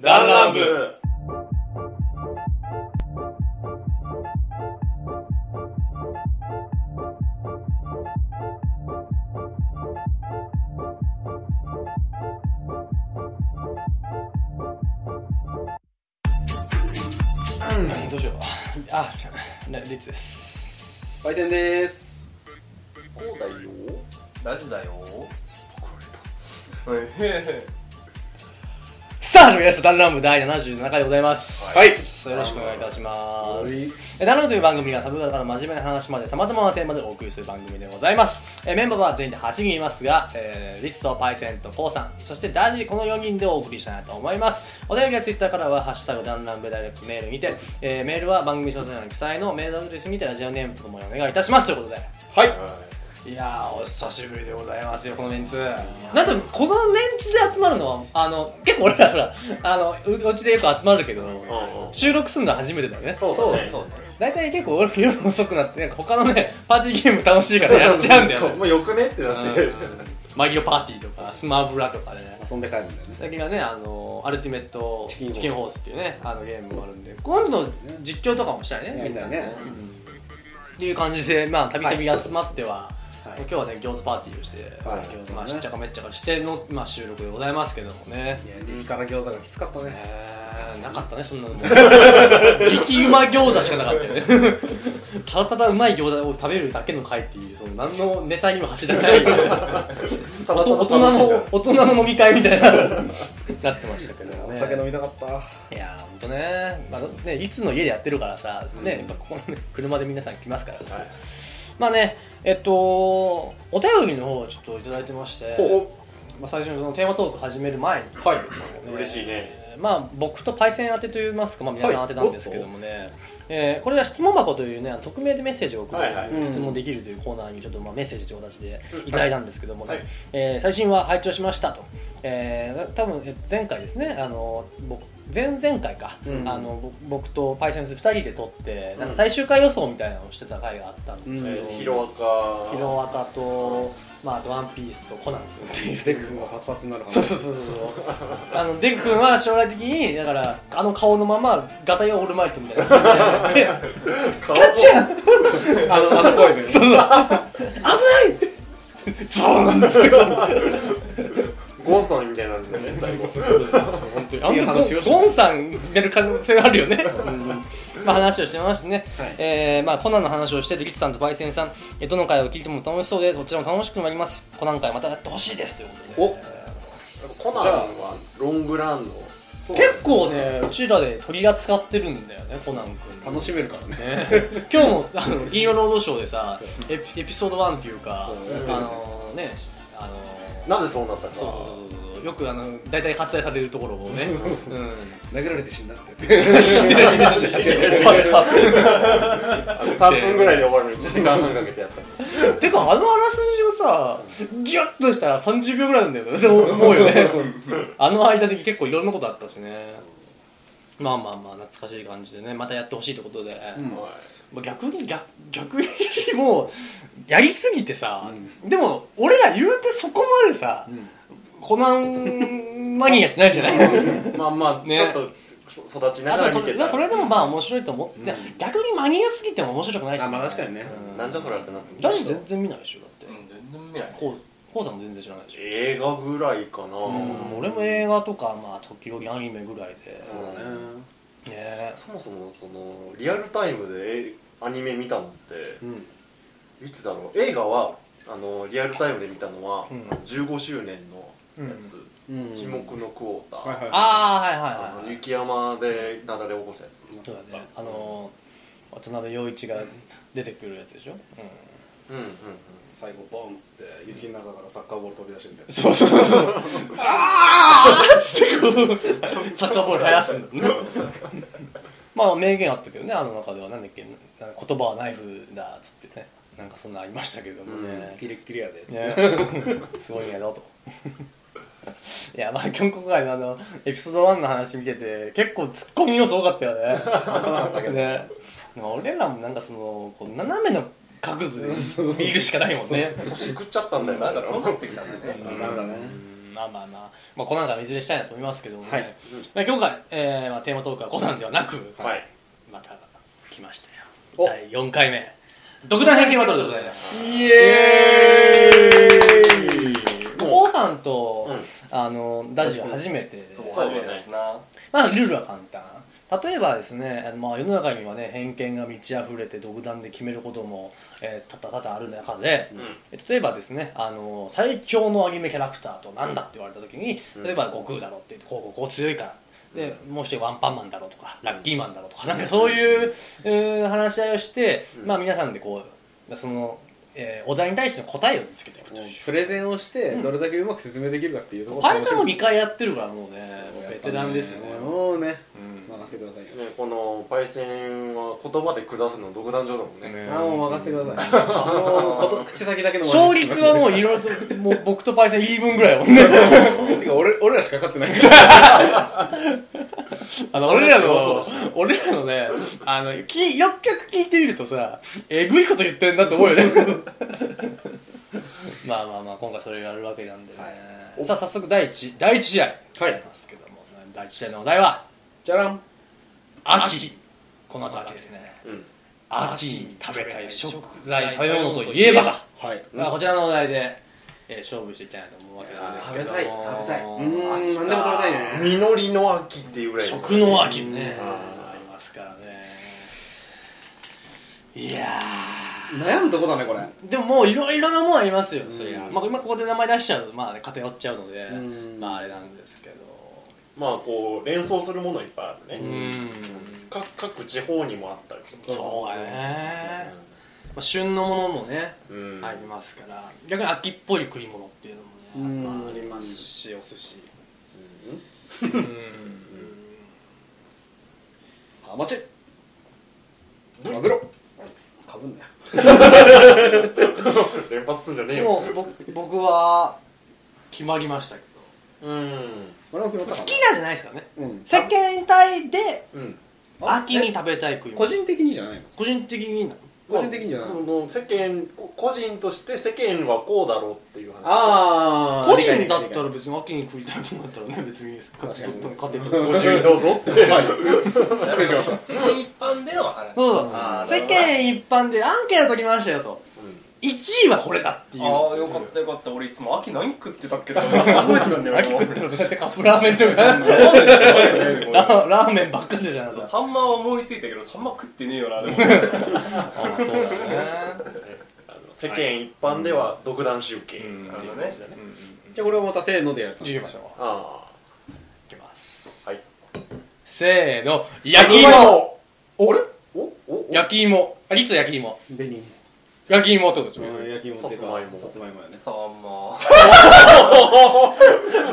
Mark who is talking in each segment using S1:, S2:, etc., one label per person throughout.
S1: ダンランブどうしようあねリツです
S2: 売店でーす。こうだよ。
S3: ラジだよ
S1: さあ始まりました「ダンランブ」第77回でございます
S2: はい
S1: よろしくお願いいたしますえダンランブという番組はサブカルから真面目な話までさまざまなテーマでお送りする番組でございますえメンバーは全員で8人いますが、えーリツとパイセンとコウさんそしてダジこの4人でお送りしたいなと思いますお便りはツイッターからは「ハッシュタグダンランブダイレクトメール」にて、えーメールは番組詳細欄に記載のメールアドレスにてラジオネームとともにお願いいたしますということで
S2: はい。
S1: いやーお久しぶりでございますよこのメンツなんとこのメンツで集まるのはあの結構俺らほらあのううちでよく集まるけど収録するのは初めてだよね
S2: そうだね
S3: そうね
S1: 大体結構俺夜遅くなってなんか他のねパーティーゲーム楽しいからやっちゃうんだよね
S2: もうよくねってなって。
S1: うんマギオパーティーとかスマブラとかでね
S2: 遊んで帰るんだよね。
S1: 最近はねあのアルティメットチ
S2: チ
S1: キ
S2: キ
S1: ン
S2: ン
S1: ホ
S2: ホー
S1: ー
S2: ス
S1: スっていうねあのゲームがあるんで今度の実況とかもしたいね
S2: やりたいね
S1: みんなうんっていう感じでまあたびたび集まっては、
S2: はい
S1: 今日はね餃子パーティーをして、
S2: はい
S1: 餃子まあ
S2: ね
S1: しっちゃかめっちゃかしての、まあ、収録でございますけどもね
S2: いや、激辛餃子がきつかったね。
S1: えーなかったねそんなの も激うま餃子しかなかったよね ただただうまい餃子を食べるだけの会っていうその何のネタにも走らない
S2: ただただ
S1: 大人の大人の飲み会みたいな なってましたけどね
S2: お酒飲みたかった。
S1: いやーほんとね,、まあ、ねいつの家でやってるからさ、ねやっぱここ、ね、車で皆さん来ますから、
S2: はい
S1: まあねえっとお便りの方をちょっといただいてましてまあ、最初にそのテーマトーク始める前に、
S2: はい。
S1: 嬉しいねまあ、僕とパイセン宛てといいますか、まあ、皆さん宛てなんですけどもね、えーこれは質問箱というねあの匿名でメッセージを送る、
S3: はいはい
S2: うん
S1: 質問できるというコーナーにちょっとまあメッセージという形でいただいたんですけどもね、
S2: はい
S1: えー最新話拝聴しましたと、えー多分え前回ですねあの僕前々回か、
S2: うん
S1: あの僕僕とパイセンと2人で撮ってなん
S2: う
S1: か
S2: ん
S1: 最終回予想みたいなのをしてた回があったんですけど、
S2: うん
S3: ヒロアカ
S1: ヒロワタと、まあ、あとワンピースとコナン君って
S2: デ
S1: い
S2: ク
S1: う
S2: 君がパツパツになる話。
S1: そうそうそうそうあのデク君は将来的にだからあの顔のままガタイはオールマイトみたいな感じになって
S2: カッチャンあの、あの声で。
S1: そうそう危ないゾーンって
S2: ゴンソンみたいなんですね。
S1: 本当に
S2: いい
S1: あの
S2: 話
S1: 時
S2: をした
S1: ゴンさん出る可能性があるよねまあ話をしてましてね、
S2: はい
S1: えーまあ、コナンの話をしてるリツさんとパイセンさんえどの回を聞いても楽しそうでどちらも楽しくなりますコナン回またやってほしいですということで
S2: お
S3: コナンは
S2: ロングランの。
S1: 結構ねうちらで取り扱ってるんだよねコナン君
S2: 楽しめるからね。
S1: ね、 今日もあの金曜ロードショーでさエピエピソード1っていうか
S2: そう
S1: あのねしあの
S3: なぜそうなったか
S1: そうそうそうそうよくあの大体割愛されるところをね うん
S2: 殴られて死んだって。
S1: 知ってる知ってる知ってる終わっ
S3: あの3分ぐらいで終わるのに1時間半かけてやった
S1: たてかあのあらすじをさギュッとしたら30秒ぐらいなんだよね思思うよ ねあの間で結構いろんなことあったしねまあまあまあ懐かしい感じでねまたやってほしいってことで、まあ逆に逆 逆にもうやりすぎてさ、でも俺ら言うてそこまでさ、
S2: ん
S1: コナンマニアじゃないじゃない
S3: まあまあ
S1: ね
S3: ちょっとそ育ち な
S1: あと
S3: がら
S1: そ
S3: 見て
S1: れ
S3: た
S1: それでもまあ面白いと思って、
S2: うん
S1: 逆にマニアすぎても面白くないし、
S2: あまあ確かにね
S3: なんじゃそれってなって
S1: ジャニー全然見ないでしょだって、
S3: 全然見ない
S1: こうこうさんも全然知らないでしょ、
S3: 映画ぐらいかな
S1: うん俺も映画とかまあ時々アニメぐらいで
S3: そうだね
S1: ねえ
S3: そもそもそのリアルタイムでえアニメ見たのって
S2: うん。
S3: いつだろう映画はあのリアルタイムで見たのは
S1: うん
S3: 15周年のやつ
S2: う
S3: 「
S2: ん
S3: 沈黙のクォータ
S2: はいはい
S3: ー」
S1: ああはいはい
S3: あ
S1: はい、
S3: の雪山で雪崩を起こすやつ
S1: そうだねあのー渡辺陽一が出てくるやつでしょ、う
S3: うんうんうん
S2: 最後ボンっつって雪の中からサッカーボール飛び出してみたい
S1: ん、そうそうそうああっつってこうサッカーボール生やすんだねまあ名言あったけどねあの中ではなんだっけなんか言葉はナイフだっつってねなんかそんなのありましたけども
S3: う
S1: ね
S2: な、キレッキレやで
S1: ねすごいんやろといやまあ今回のあのエピソード1の話見てて結構ツッコミ要素多かった よねねまあ俺らもなんかそのこう斜めの角度で見るしかないもんね
S3: 年食っちゃったんだよ
S2: なん
S3: だ
S2: か
S3: か
S2: そう
S3: ら
S2: なってきたんだねなんだね
S1: うんまあまあまあ、まあ、コナン会はいずれしたいなと思いますけどもね、
S2: はい
S3: うん
S1: まあ今回、えーまあ、テーマトークはコナンではなく、
S3: はい
S1: また来ました
S2: お
S1: よ第4回目独断偏見バトルでございます
S3: イエーイ
S1: コウさんと、
S3: うん
S1: あのダジは初めてで
S3: そう
S2: そう
S3: だねな
S1: まあルールは簡単例えばですね、あのまあ、世の中にはね偏見が満ち溢れて独断で決めることも、えー、多々多々ある中で、え例えばですねあの最強のアニメキャラクターとなんだって言われた時に、
S3: うん
S1: 例えば悟空だろって言ってこうこうこう強いからでもう一人ワンパンマンだろうとかラッキーマンだろうとかなんかそういう、えー話し合いをして、
S3: うん
S1: まあ、皆さんでこうその、えーお題に対しての答えを見つけていくと
S2: もうプレゼンをしてどれだけうまく説明できるかっていうところ
S1: パイさんも
S2: 楽し
S1: 2回やってるからもうね
S2: み
S1: ベテランですね
S2: もうね
S1: うん
S2: 任せてくださいよ
S3: ねこのパイセンは言葉で下すの独壇場だもんね
S1: ね
S2: あーもう任せてくださいもうこと口先だけの
S1: 勝率はもういろいろともう僕とパイセン言い分ぐらいだもんね
S2: てか俺俺らしか勝ってないです
S1: あの俺ら
S3: そう
S1: の
S3: そ
S1: 俺らのねあのきよくよく聞いてみるとさえぐいこと言ってんだって思うよね まあまあまあ今回それがあるわけなんでね、
S3: はい
S1: さあ早速第1第一試合
S2: はい
S1: ますけども第1試合のお題は
S2: じゃらん
S1: 秋この後秋ですね
S3: うん
S1: 秋に食べたい食材食べ物といえばだ
S2: はい
S1: まあ、こちらのお題で、えー勝負していきたいなと思うわけなんですけども
S2: いやー食べたい食べたいう
S1: ー
S2: うーん何でも食べたいね
S3: 実りの秋っていうぐらいの
S1: 食の秋ね
S3: うん
S1: ありますからねいや
S2: 悩むとこだねこれ
S1: ーでももういろいろなもんありますよ、そりゃ
S2: うん
S1: まあ、今ここで名前出しちゃうとまあ、ね、偏っちゃうので
S2: うん
S1: まああれなんですけど
S3: まあこう連想するものいっぱいある
S1: う
S3: ね
S1: ん
S3: 各各地方にもあったりとか
S1: そうだね、まあ、旬のものもね
S3: うん
S1: ありますから逆に秋っぽい食い物っていうのもね、
S2: うん
S1: まあ、ありますしお寿司
S3: うん
S1: うん
S2: ハマチマグロかぶんだよ
S3: 連発すんじゃねえ
S1: で
S3: よ
S1: も僕僕は決まりましたけど
S3: うん
S2: 俺も決まっ
S1: 好
S2: たか
S1: きなんじゃないですからね
S2: なうん
S1: 世間体で
S3: うん
S2: あ
S1: 秋に食べたい食い
S2: 個
S1: 物
S2: 人的にじゃないの
S1: 個人的にいいな
S2: 個人的にじゃない
S3: その世間こ個人として世間はこうだろうっていう話
S2: あ
S1: 個人だったら
S2: は
S1: 別に秋に食いたいものだったらね別に勝手に
S2: 確
S1: 勝手に
S3: ご
S1: 食って
S3: 自由どうぞって
S2: い失礼しました
S4: 世間一般での話
S1: そうそう
S3: あー
S1: 世間一般でアンケート取りましたよと1位はこれだっていう
S4: ああよかったよかった俺いつも秋何食ってたっけって覚えてたんだよ
S1: 秋食ったらだってカップラーメンとかさ
S4: た
S1: ララーメンばっかりじゃないですか
S4: サンマは思いついたけどサンマ食ってねえよなでも
S1: あそうだね
S3: あの世間一般では独断集計
S1: うん
S3: っていう感じだね
S2: じゃあこれをまたせーのでやる
S1: 行きましょう
S3: あ
S1: いきます、
S3: はい
S1: せーの
S3: あ
S1: 焼き芋
S2: あれ
S3: おおお
S1: 焼き芋あリツ焼き芋
S2: 紅
S1: 焼き芋ってことでしょ
S2: 焼き芋っていうか
S3: さつまいも
S2: さつまいもやね
S4: サンマ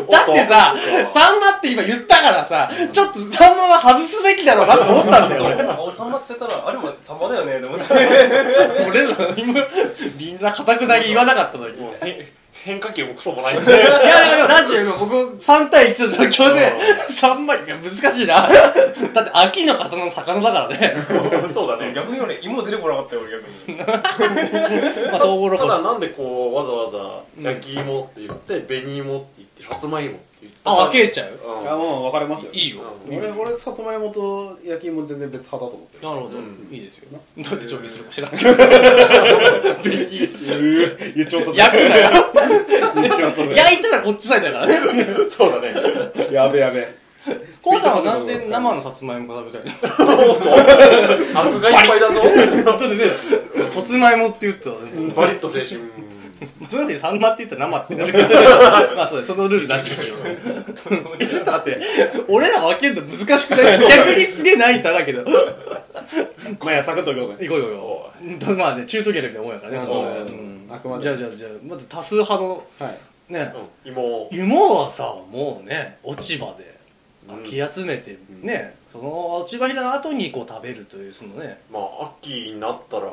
S1: だってさサンマって今言ったからさちょっとサンマは外すべきだろうなって思ったんだよ 俺
S4: あ俺サンマ捨てたらあれもサンマだよねでも
S1: 俺ら何もみんな固くなり言わなかったのにい
S3: もうへ変化球もクソもない んで
S1: やいやラジオの僕3対1の状況で
S3: う
S1: 3枚いや難しいなだって秋の方の魚だからね
S3: そうだね
S4: 逆に俺芋出てこなかったよ俺逆に
S1: まあトウモロ
S3: た
S1: コシ
S3: だなんでこうわざわざ焼き芋って言って紅芋って言ってさつまいもって言った
S1: あ分けちゃう
S3: うん
S2: あもう分かれますよ
S1: いいよ
S3: うん
S2: 俺俺さつまいもと焼き芋全然別派だと思ってる
S1: なるほど、
S3: うん
S1: いいですよどうやって調理するか知らんけど
S2: 言っちゃった
S1: 焼くな よ
S2: 言っちゃった
S1: 焼いたらこっちサイドだからね
S3: そうだね
S2: やべやべ
S1: コウさんはなんで生のさつまいもが食 べたいの
S3: 悪がいっぱいだぞ
S1: ちょっとねさつまいもって言ったらね
S3: バリッと青春
S1: それでサンマって言ったら生ってなる からまあそうだそのルール出してみよう えちょっと待って俺ら分けるの難しくない逆にすげえ難易度高いけど行こ
S2: まあいやサクッといこうぜ
S1: う行こう行こうまあね中途下力で思うやからねそ
S2: あ
S1: う
S2: そう
S1: うん
S2: あくまで
S1: じゃあじゃあじゃあまず多数派の
S2: はい
S1: ね
S3: うん芋
S1: 芋はさもうね落ち葉で
S3: うん
S1: かき集めて、ねその落ち葉ひらの後にこう食べるというそのね
S3: まあ秋になったら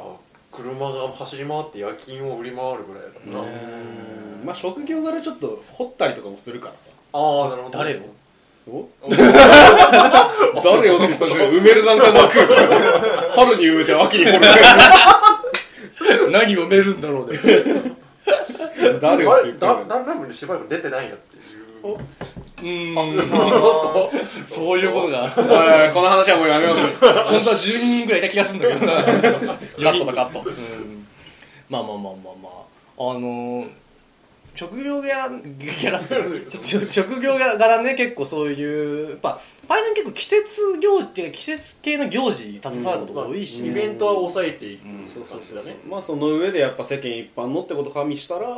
S3: 車が走り回って夜勤を売り回るぐらいだからな、
S2: うんまあ職業柄ちょっと掘ったりとかもするからさ
S3: ああなるほど
S1: 誰よ
S2: お 誰よって言った瞬間埋める段階なく春に埋めて秋に掘る
S1: 何を埋めるんだろうね
S3: あ
S2: 誰よって
S3: れ
S2: 言った
S3: だ
S2: ら
S3: だライブにしばらく出てないやついる
S1: そういうことが本
S2: はいこの話はもうやめようぜ
S1: 当は10人ぐらいいた気がするんだけどなカットだカット、うん、まあまあまあまあまああのー職業柄柄ちょ ちょ職業柄ね結構そういうやっぱパイセン結構季節行事っていうか季節系の行事に携わることが多いし、
S3: イベントは抑えていく
S1: うん
S2: そう そ
S3: 感
S2: う
S3: じ
S2: そう
S3: だね
S2: まあその上でやっぱ世間一般のってこと加味したら、
S3: うん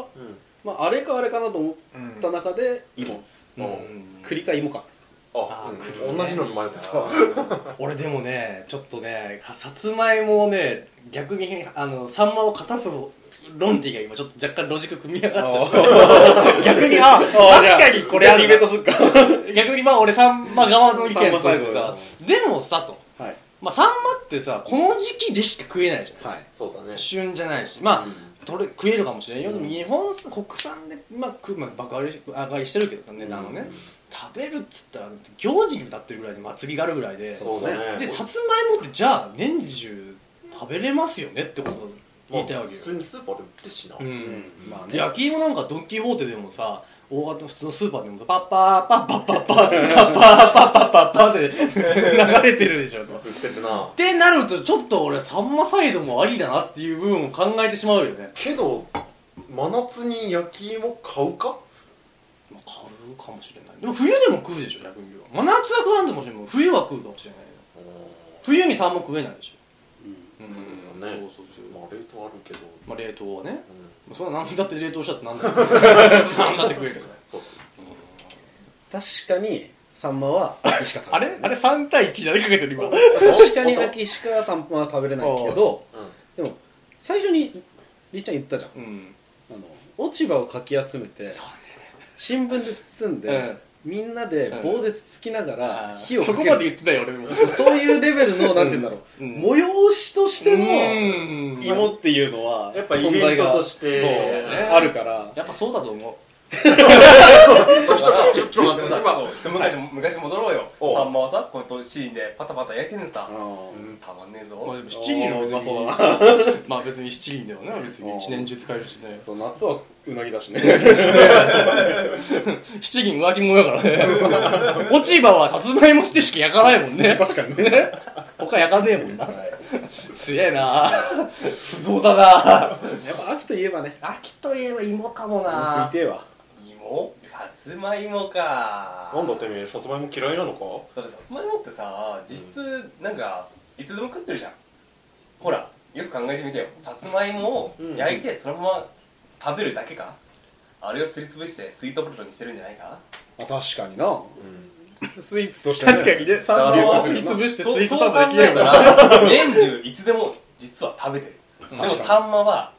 S2: まあ、あれかあれかなと思った中で芋、
S1: うん
S2: 栗か芋か
S1: あ
S3: あ
S1: ー来る
S3: う
S1: ね
S3: ん同じの生まれた
S1: 俺でもねちょっとねさつまいもをね逆にあのサンマを勝たす論理が今ちょっと若干ロジック組み上がってる逆にあ確かにこれあ
S2: アニメ
S1: る
S2: と
S1: な
S2: すっか
S1: 逆にまあ俺サンマ側の意見
S2: サンマ
S1: と
S2: サイ
S1: し
S2: ド
S1: て
S2: だ
S1: さでもさと、
S2: はい
S1: まあ、サンマってさこの時期でしか食えないじゃん
S2: はい
S3: そうだね
S1: 旬じゃないしまあ、
S3: うん
S1: どれ食えるかもしれないよ、でも日本産国産で、まあ、食うまあ爆上がりし上がりしてるけどさ値段はね、
S3: うん
S1: 食べるっつったら行事になってるぐらいで祭りがあるぐらいで
S3: そうだね
S1: でさつまいもってじゃあ年中食べれますよねってことを言いたいわけ
S3: まあ
S1: よ
S3: 普、通にスーパーで売ってるしな
S1: うん
S2: まあね
S1: 焼き芋なんかドン・キホーテでもさ大型の普通のスーパーでもパッパーパッパッパッパッパッパッパッパッパッパ ッって流れてるでしょとっ
S3: 売ってるな
S1: てなるとちょっと俺サンマサイドもありだなっていう部分を考えてしまうよね
S3: けど真夏に焼き芋買うか
S1: まあ買うかもしれないでも冬でも食うでしょ逆に言えば真夏は食わんでもしれない冬は食うかもしれないよ冬にサンマ食えないでしょ、
S3: そう
S1: そ
S3: だ
S1: う
S3: ね
S1: そうそう
S3: まあ冷凍あるけど
S1: まあ、冷凍はね
S3: うん
S1: そんな何だって冷凍したって何だって何だって食えるじゃない
S3: そう
S2: 確かにサンマは秋しか 食
S1: あ
S2: べれ
S1: れあれ3対1じゃないかけてる今
S2: 確かに秋しかサンマは食べれないけど
S3: うん
S2: でも最初にりっちゃん言ったじゃん
S1: うん
S2: あの落ち葉をかき集めて新聞で包んで、みんなで棒でつつきながら火を
S1: そ
S2: か
S1: こ
S2: け
S1: まで
S2: る
S1: 言ってないよ俺も
S2: そういうレベルのなんて言うんだろ
S1: う
S2: う、
S1: ん
S2: 催しとしての
S1: うん
S2: 芋っていうのは
S3: やっぱイベントとして
S1: そう
S3: ね
S2: あるから
S1: やっぱそうだと思
S4: ちょっと待ってさ一昔昔戻ろうよ
S3: おう
S4: サンマはさこのシーンでパタパタ焼いてんのさ
S2: うん
S4: たまんねえ
S1: う、まあ、で
S4: ぞ
S1: も七輪は別
S2: あーう
S1: にま
S2: ま
S1: あ別に七輪ではね別に一年中使えるしね
S2: そう夏はうなぎだしね
S1: 七輪浮気者やからね落ち葉はさつまいもしてしか焼かないもんね
S2: 確かにね
S1: 他焼かねえもんな
S2: はい
S1: 強えな不動だな
S2: やっぱ秋といえばね
S1: 秋といえば芋かも
S2: 食いてえわ
S4: 芋さつまいもか
S3: なんだてめえさつまいも嫌いなのか
S4: だってさつまいもってさ実質なんかいつでも食ってるじゃんほらよく考えてみてよさつまいもを焼いてそのまま食べるだけかあれをすりつぶしてスイートポテトにしてるんじゃないか
S2: あ確かになスイーツとして、
S1: 確かにね、サンドをすりつぶしてスイートサンドできる
S4: か
S1: から。
S4: ら年中いつでも実は食べてるでも
S2: 確かに
S4: サンマは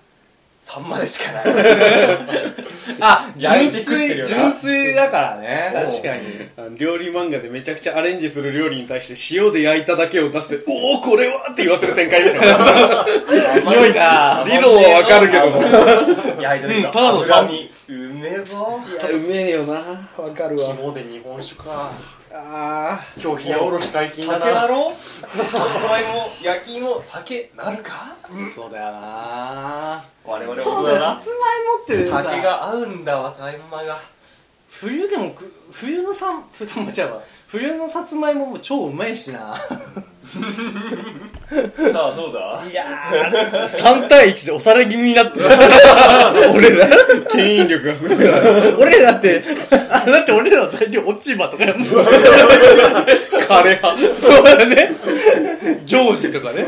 S4: サンマでしかない
S1: あ、
S4: 焼
S1: 純
S4: いて食ってる
S1: 粋、
S4: よな
S1: 純粋だからね、
S4: そう
S1: 確かに。
S2: あの料理漫画でめちゃくちゃアレンジする料理に対して塩で焼いただけを出して 「おおこれは!」って言わせる展開ですよ
S1: 強いな
S2: 理論はわかるけど
S4: ど焼いてる
S1: うんただの酸
S4: 味うめえぞ
S2: いやうめえよなわかる
S3: 肝で日本酒か
S2: あ
S3: 今日冷やおろし解禁
S4: 酒
S3: だ
S4: だ
S3: な
S4: ろさつまいも焼き芋酒なるか
S1: そうだよな
S4: 我々は
S1: そうだよ、さつまいもって
S4: 酒
S1: さ、
S4: が合うんだわサンマが
S1: 冬でもく、冬のさん、ふたまちゃうわ。冬のさつまいもも超うまいしな。
S4: さあどうだ
S1: いやー、3対1でお皿気味になってる。俺ら、
S2: あ牽引力がすごいな
S1: 俺らだって、あだって俺らの材料落ち葉とかやもん。そう
S2: 枯れ葉
S1: だね。行事とかね。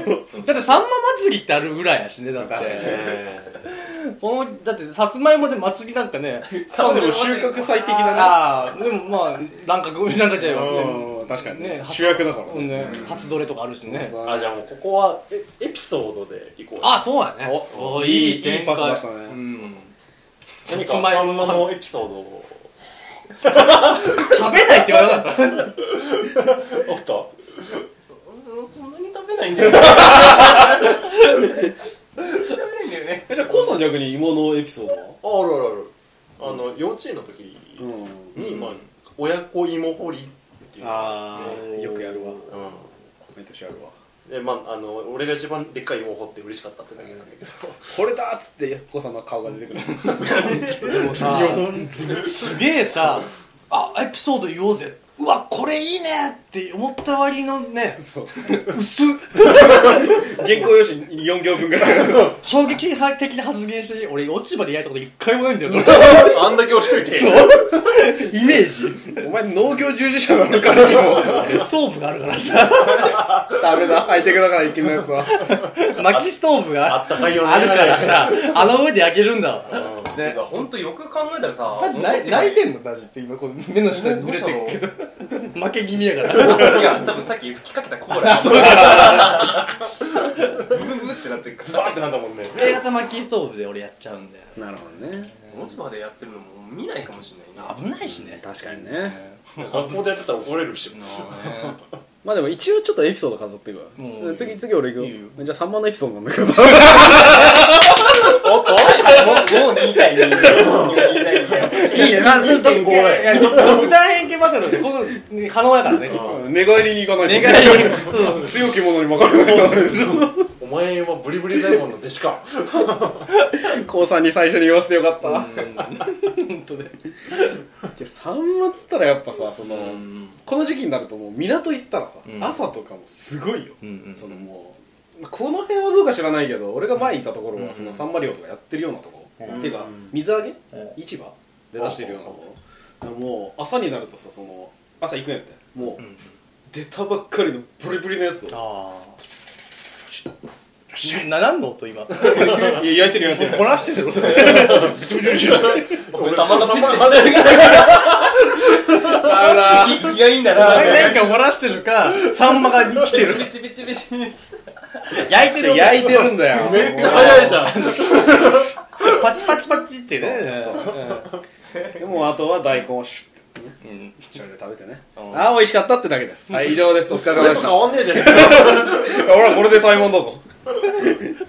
S1: だってさんま祭りってあるぐらいやしね、だって。
S2: 確かに
S3: え
S1: このだってさつまいもで祭りなんか ね
S2: そうでも収穫最適だな
S1: ああでもまあなんかなんかじゃえばね
S2: うん確かにね
S1: ね
S2: 主役だから
S1: うんね初どれとかあるしね
S3: ーあじゃあもうここはえエピソードでいこう
S1: あそうやね
S2: おいいいいパス出したね
S1: うんさ
S3: 何
S1: つ
S3: か
S1: まいも
S3: 反
S1: の食
S3: 応のエピソードを
S1: べないって言わなかった
S3: おっと
S4: そんなに食べないんだよ食べないんだよね
S2: えじゃあコウさん逆に芋のエピソードは
S3: ああるあるあるあの幼稚園の時
S2: うん
S3: にまあ親子芋掘りっていうのが
S2: あーよくやるわ
S3: う
S2: 毎年やるわ
S3: んでまああの俺が一番でっかい芋掘って嬉しかったってだけなんだけど
S2: これだっつってコウさんの顔が出てくる
S1: でもさすげえさあエピソード言おうぜうわこれいいねって思った割のね
S2: そう
S1: 薄っ
S2: 原稿用紙4行分ぐらい
S1: 衝撃的な発言し俺落ち葉でやいたこと一回もない んだよ
S3: あんだけ押しとい て
S1: イメージ
S2: お前農業従事者なのかなもう
S1: 俺ストーブがあるからさ
S2: ダメだハイテクだからいけないやつは
S1: 薪ストーブ
S3: あ
S1: が
S3: ったかいよね
S1: あるからさあの上で焼けるんだわ
S3: う
S4: でもさ本当よく考えたらさ
S1: マジ泣い泣いてんのマジって今この目の下に濡れてるけど負け気味やから
S4: 違う多分さっき吹きかけたコーラ
S1: そうだ
S4: ブブブってなってズバーってなったもんね
S1: 俺型薪ストーブで俺やっちゃうんだよ
S2: なるほどね
S4: 落ち葉でやってるのも見ないかもしれないね
S1: 危ないしね
S2: 確かにね
S3: ん学校でやってたら怒られるし
S2: まあでも一応ちょっとエピソード語っていくわ
S1: うん
S2: 次次俺行くよ
S1: いいよ
S2: じゃあ3番のエピソードなんだけどさ
S4: おっともうもう2対2もう2対2
S1: いいねまあそれド
S3: 2.5だ
S1: クター変形バトルってこの可能やからね
S2: 寝返りに行かない
S1: 願い
S2: と
S1: そう
S2: 強き者に任せないとダメでしょ
S3: お前はブリブリ大門の弟子か
S2: 高3に最初に言わせてよかったい
S1: 本当ね
S2: や3番っつったらやっぱさその
S1: うん
S2: この時期になるともう港行ったらさ
S1: うん
S2: 朝とかもすごいよ
S1: うん
S2: そのもうまあこの辺はどうか知らないけど俺が前いたところ
S1: うん
S2: はそのサンマリオとかやってるようなとこ
S1: うん
S2: っていうか
S3: うん
S2: 水揚
S1: う
S2: げ
S1: ん
S2: 市場で出してるようなとこだからもう朝になるとさその朝行くんやってもう出たばっかりのブリブリのやつを
S1: ああななんの音今
S2: いや焼いてる焼いてる
S1: 漏らしてる音
S4: 俺たまたま
S2: ダメだ
S4: 息息がいいんだな
S1: 何か漏らしてるかサンマが生きてる
S4: ビチビチビチビチ
S1: 焼いてる音
S2: 焼いてるんだ よ
S3: めっちゃ早いじゃん
S1: パチパチパチってね
S2: そうでもあとは大根をシュッて
S1: うん
S2: 醤油で食べてね
S1: うん
S2: ああ美味しかったってだけですはい以上ですお疲れ様 でした
S3: 変わんねえじゃね
S2: 俺はこれで怠慢だ ぞ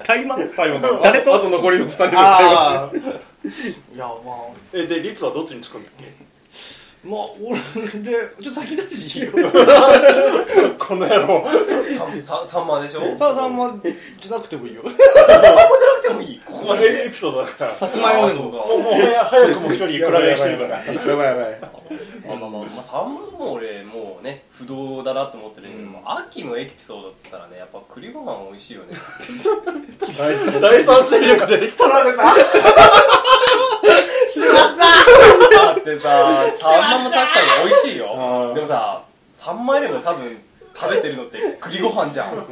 S1: 大麻
S2: 怠慢だぞ
S1: 誰と
S2: あと残りの2人で
S1: ああいやまあ
S3: ええでリツはどっちにつくんだっけ
S1: まあ俺ちょっと先立ちいいよ
S3: この野郎
S4: ささんまでしょ
S1: さあさんまじゃなくてもいいよ
S4: さんまじゃなくてもいいここはね
S3: エピソードだ から
S1: さつまいもで
S4: そう
S1: も
S4: か
S3: もうもう早早くも一人いくらしてるから
S2: やばいやばい
S4: まあまあまあ、まあ、3も俺もうね不動だなと思ってるけど、
S1: うん
S4: もう秋のエピソードっつったらねやっぱ栗ご飯美味しいよね
S3: 第三勢力出てきたられた
S1: しまった
S4: だってさ サンマも確かに美味しいよ
S2: ん
S4: でもさサンマよりも多分食べてるのって栗ご飯じゃんだ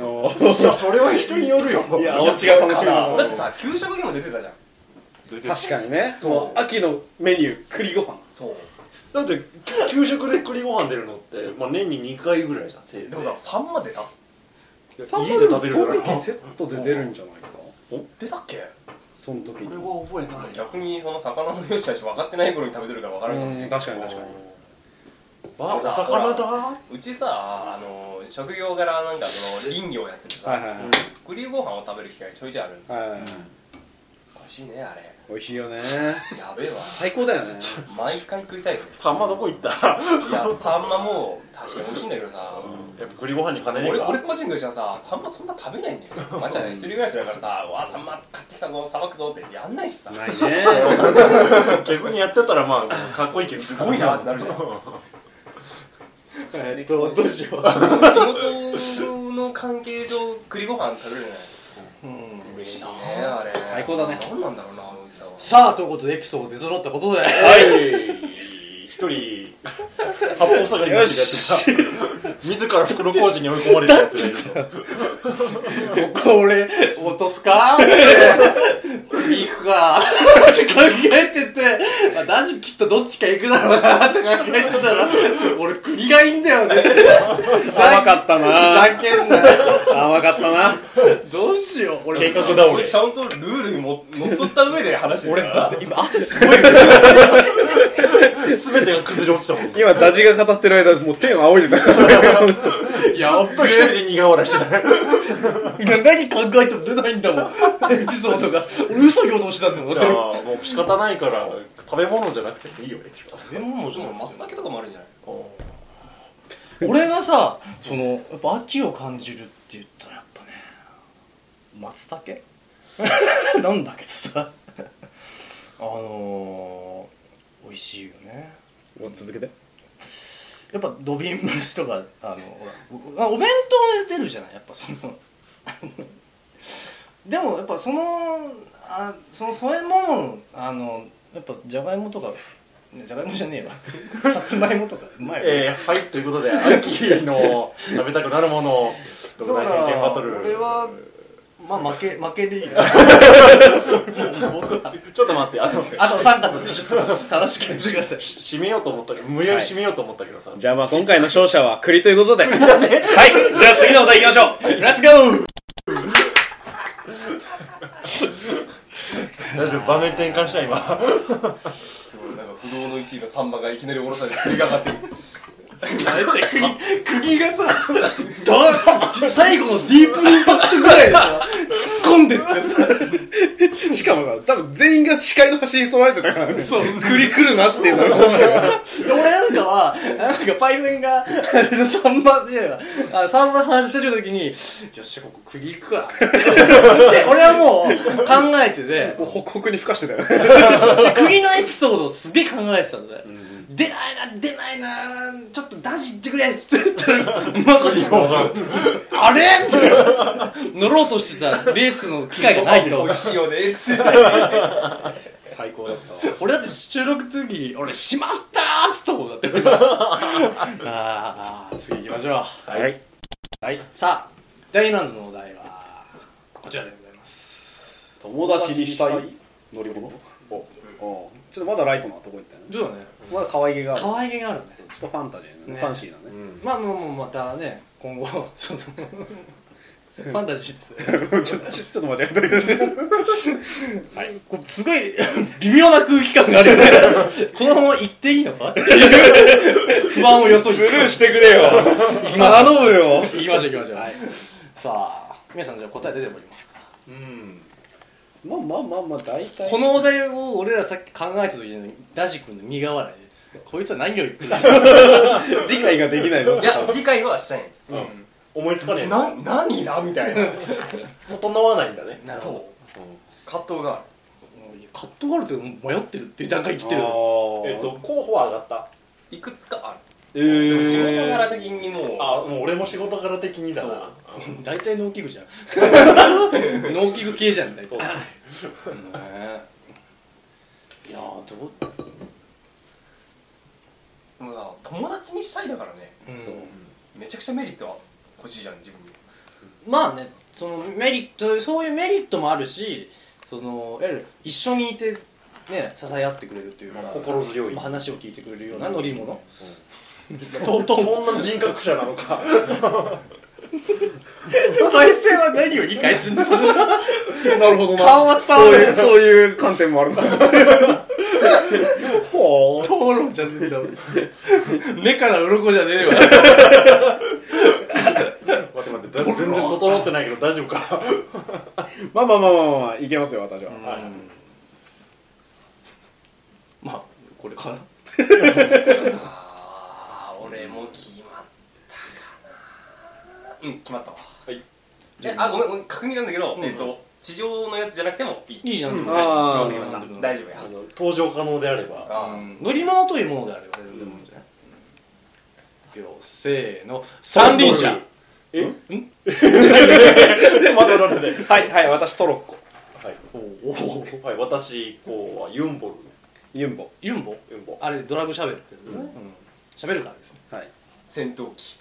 S3: それは人によるよ
S2: いやお家が楽しみだな
S4: ってさ給食にも出てたじゃん
S2: 確かにね
S4: そ
S2: そうの秋のメニュー栗ご飯
S4: そう
S3: だって給食で栗ご飯出るのって、まあ、年に2回ぐらいじゃんせいぜい
S4: でもさサンマ出た
S3: いや
S2: サン
S3: 家
S2: マ
S3: で
S2: でも
S3: 食べ
S2: そ
S3: るか
S2: の
S3: ら
S2: 時セットで出るんじゃないか
S4: 出たっけ
S2: その時に
S3: これは覚えてない
S4: 逆にその魚の良し悪し分かってない頃に食べてるから分からんかもしれ
S2: うん
S4: ない
S2: 確かに確かに
S3: わお魚だ
S4: うちさあの職業柄なんかその林業やっててさ、
S2: はいはいはい
S4: 栗ご飯を食べる機会ちょいちょいあるんですよ
S2: はいはいはい
S4: 美味しいねあれ
S2: 美味しいよね
S4: やべえわ
S2: 最高だ よね
S4: 毎回食いたいよね
S3: サンマどこ行ったや
S4: いやサンマも確かに美味しいんだけどさ、
S3: っぱ栗ご飯に金ねえ
S4: 俺
S3: か
S4: 俺個人としてはさサンマそんな食べないんだよマジで一人暮らしだからさ「うわサンマ買ってきたぞさばくぞ」ってやんないしさ
S2: ないね
S3: 逆にやってたらまあかっこいいけど
S4: すごいなってなるじゃん
S1: えっとどうしよ、
S4: 仕事の関係上栗ご飯食べるじゃないう
S1: うん、
S4: 嬉しいねあれ
S2: 最高だね
S4: 何なんだろうなあの美味しさは
S1: さあということでエピソード出揃ったことで
S3: はい一人八方下がりのやつやってた自ら袋小路に追い込まれてるやつがいる
S1: ここ俺落とすかって行くかって考えてて、まあ、ダジきっとどっちか行くだろうなって考えてたら俺栗がいいんだよね
S2: 甘かった
S1: ふ
S2: な
S1: ざけんなよ
S2: 甘かったな
S1: どうしよう俺
S3: 計画倒れ
S4: ちゃんとルールにも乗っ取った上で話して
S1: 俺
S4: るから
S1: だって今汗すごい
S3: 全てが崩れ落ちたもん
S2: 今ダジが語ってる間もう天を仰い でた
S1: やっ
S3: 一人で苦笑い してた
S1: 何考えても出ないんだも んエピソードが俺嘘言おうとしてたんだもん
S3: じゃあもう仕方ないから食べ物じゃなくてもいいよエキス
S4: でももちろん松茸とかもあるんじゃない
S1: 俺がさそのやっぱ秋を感じるって言ったらやっぱね松 茸なんだけどさあのー、美味しいよね
S2: もう続けて
S1: やっぱ土瓶蒸しとかあのほらおお弁当で出るじゃないやっぱその あのでもやっぱそのあその添え物あのやっぱじゃがいもとかねじゃがいもじゃねえわ さつまいもとかうまいよね
S3: えー、はいということで秋の食べたくなるものを
S1: だ
S3: ど
S1: か
S3: こ
S1: ら
S3: だ偏見バトル
S1: 俺はまあ負け負けでいい です僕は
S3: ちょっと待ってあの
S1: あと3方でちょっと楽しくやってくださ い
S3: 締めようと思ったけど無理やり締めようと思ったけどさ、
S2: じゃあまあ今回の勝者は栗という ことではいじゃあ次のお題いきましょう
S1: レッツゴー
S3: 大丈夫場面転換した今
S4: すごいなんか不動の1位のサンバがいきなり下ろされて振りかかってる
S1: 釘がさドン最後のディープインパクトぐらいでさ突っ込んでってさ
S2: しかもさ多分全員が視界の端に揃えてたからね そう栗来るなっていうのが
S1: 俺なんかはなんかパイセンがサンバじゃないわあサンバの話してる時に「よしここ釘行くか」って俺はもう考えてて
S2: もうホクホクにふかしてたよね
S1: で国のエピソードをすげえ考えてたんだよ、出ないな出ないなちょっとダジ言ってくれっつって言ったらまさにこうあれみたいな乗ろうとしてたレースの機会がないと
S4: 美味しい よねっつって
S3: 最高だったわ
S1: 俺だって収録の時に俺しまったーっつったもんだってああ次行きましょう
S2: はい、
S1: はいさあ第2ラウンドのお題はこちらでございます
S2: 友達にしたい乗り物おおちょっとまだライトなとこ行ったね
S1: どうだね
S2: まだ可愛げがあるちょ
S1: 可愛げがあるんですよ
S2: っとファンタジーなね
S1: ね
S2: ファンシーなね
S1: まあもうもうまたね今後そのファンタジーですね
S2: ちょちょちょっと間違えたけどね
S1: はい、こうすごい微妙な空気感があるよねこのまま行っていいのかっていう不安をよそに
S2: スルーしてくれよ頼むよ
S1: 行きましょう行きましょう、はい、さあ皆さんじゃあ答え出ておりますか
S3: うん
S2: まあまあまあまあ大体
S1: このお題を俺らさっき考えた時にダジ君の苦笑いでこいつは何を言ってるんだ
S2: 理解ができないの
S4: いや理解はしたい
S3: 思いつかねえ
S4: な何だみたいな
S3: 整わないんだね
S1: なるほど
S4: 葛藤がある
S1: カットがあるって迷ってるっていう段階に来てる
S2: あー
S3: えっ、と候補は上がった
S4: いくつかある
S2: え
S4: でも
S2: ー、
S4: 仕事柄的にもう
S3: あもう俺も仕事柄的にだな
S1: 大体農機具じゃん農機具系じゃん大体
S3: そう
S1: ねいやーどう
S4: もうさ友達にしたいだからね
S1: うん
S2: そう
S4: めちゃくちゃメリットは欲しいじゃん自分に
S1: まあねそのメリットそういうメリットもあるしそのいわゆる一緒にいて、ね、支え合ってくれるというか、
S3: まあ心強い
S1: まあ話を聞いてくれるような乗り物、
S3: とうとうそんな人格者なの か
S1: パイセンは何を理解してんだ
S2: なるほどな
S1: 顔は伝わる
S2: そういうそういう観点もあるんだ ほう
S1: 討論じゃねえんだ目から鱗じゃ ねえわ
S3: 待って待って全然整ってないけど大丈夫か
S2: まあまあまあまあまあいけますよ私は、
S3: はい
S1: まあこれかな
S4: ああ俺も決まったかなうん決まったわ
S3: はい
S4: えあごめんごめん確認なんだけど、
S1: うん
S4: えっと地上のやつじゃなくてもいい
S1: いいじゃん、
S3: う
S1: で
S3: ん
S1: も
S2: あー
S1: 決まってる
S4: 大丈夫や
S3: あの登場可能であれば
S4: あ
S1: うん乗り物というものであれば全然もいいんじゃない、いくよせーの三輪車
S3: え
S1: ん
S3: 待って待って待って
S2: はいはい私トロッコ
S3: はい
S1: おお
S3: はい私こうはユンボル
S2: ユンボ
S1: ユンボ
S3: ユンボ
S1: あれドラムしゃべるってやつですねしゃべるからですね
S2: はい
S4: 戦闘機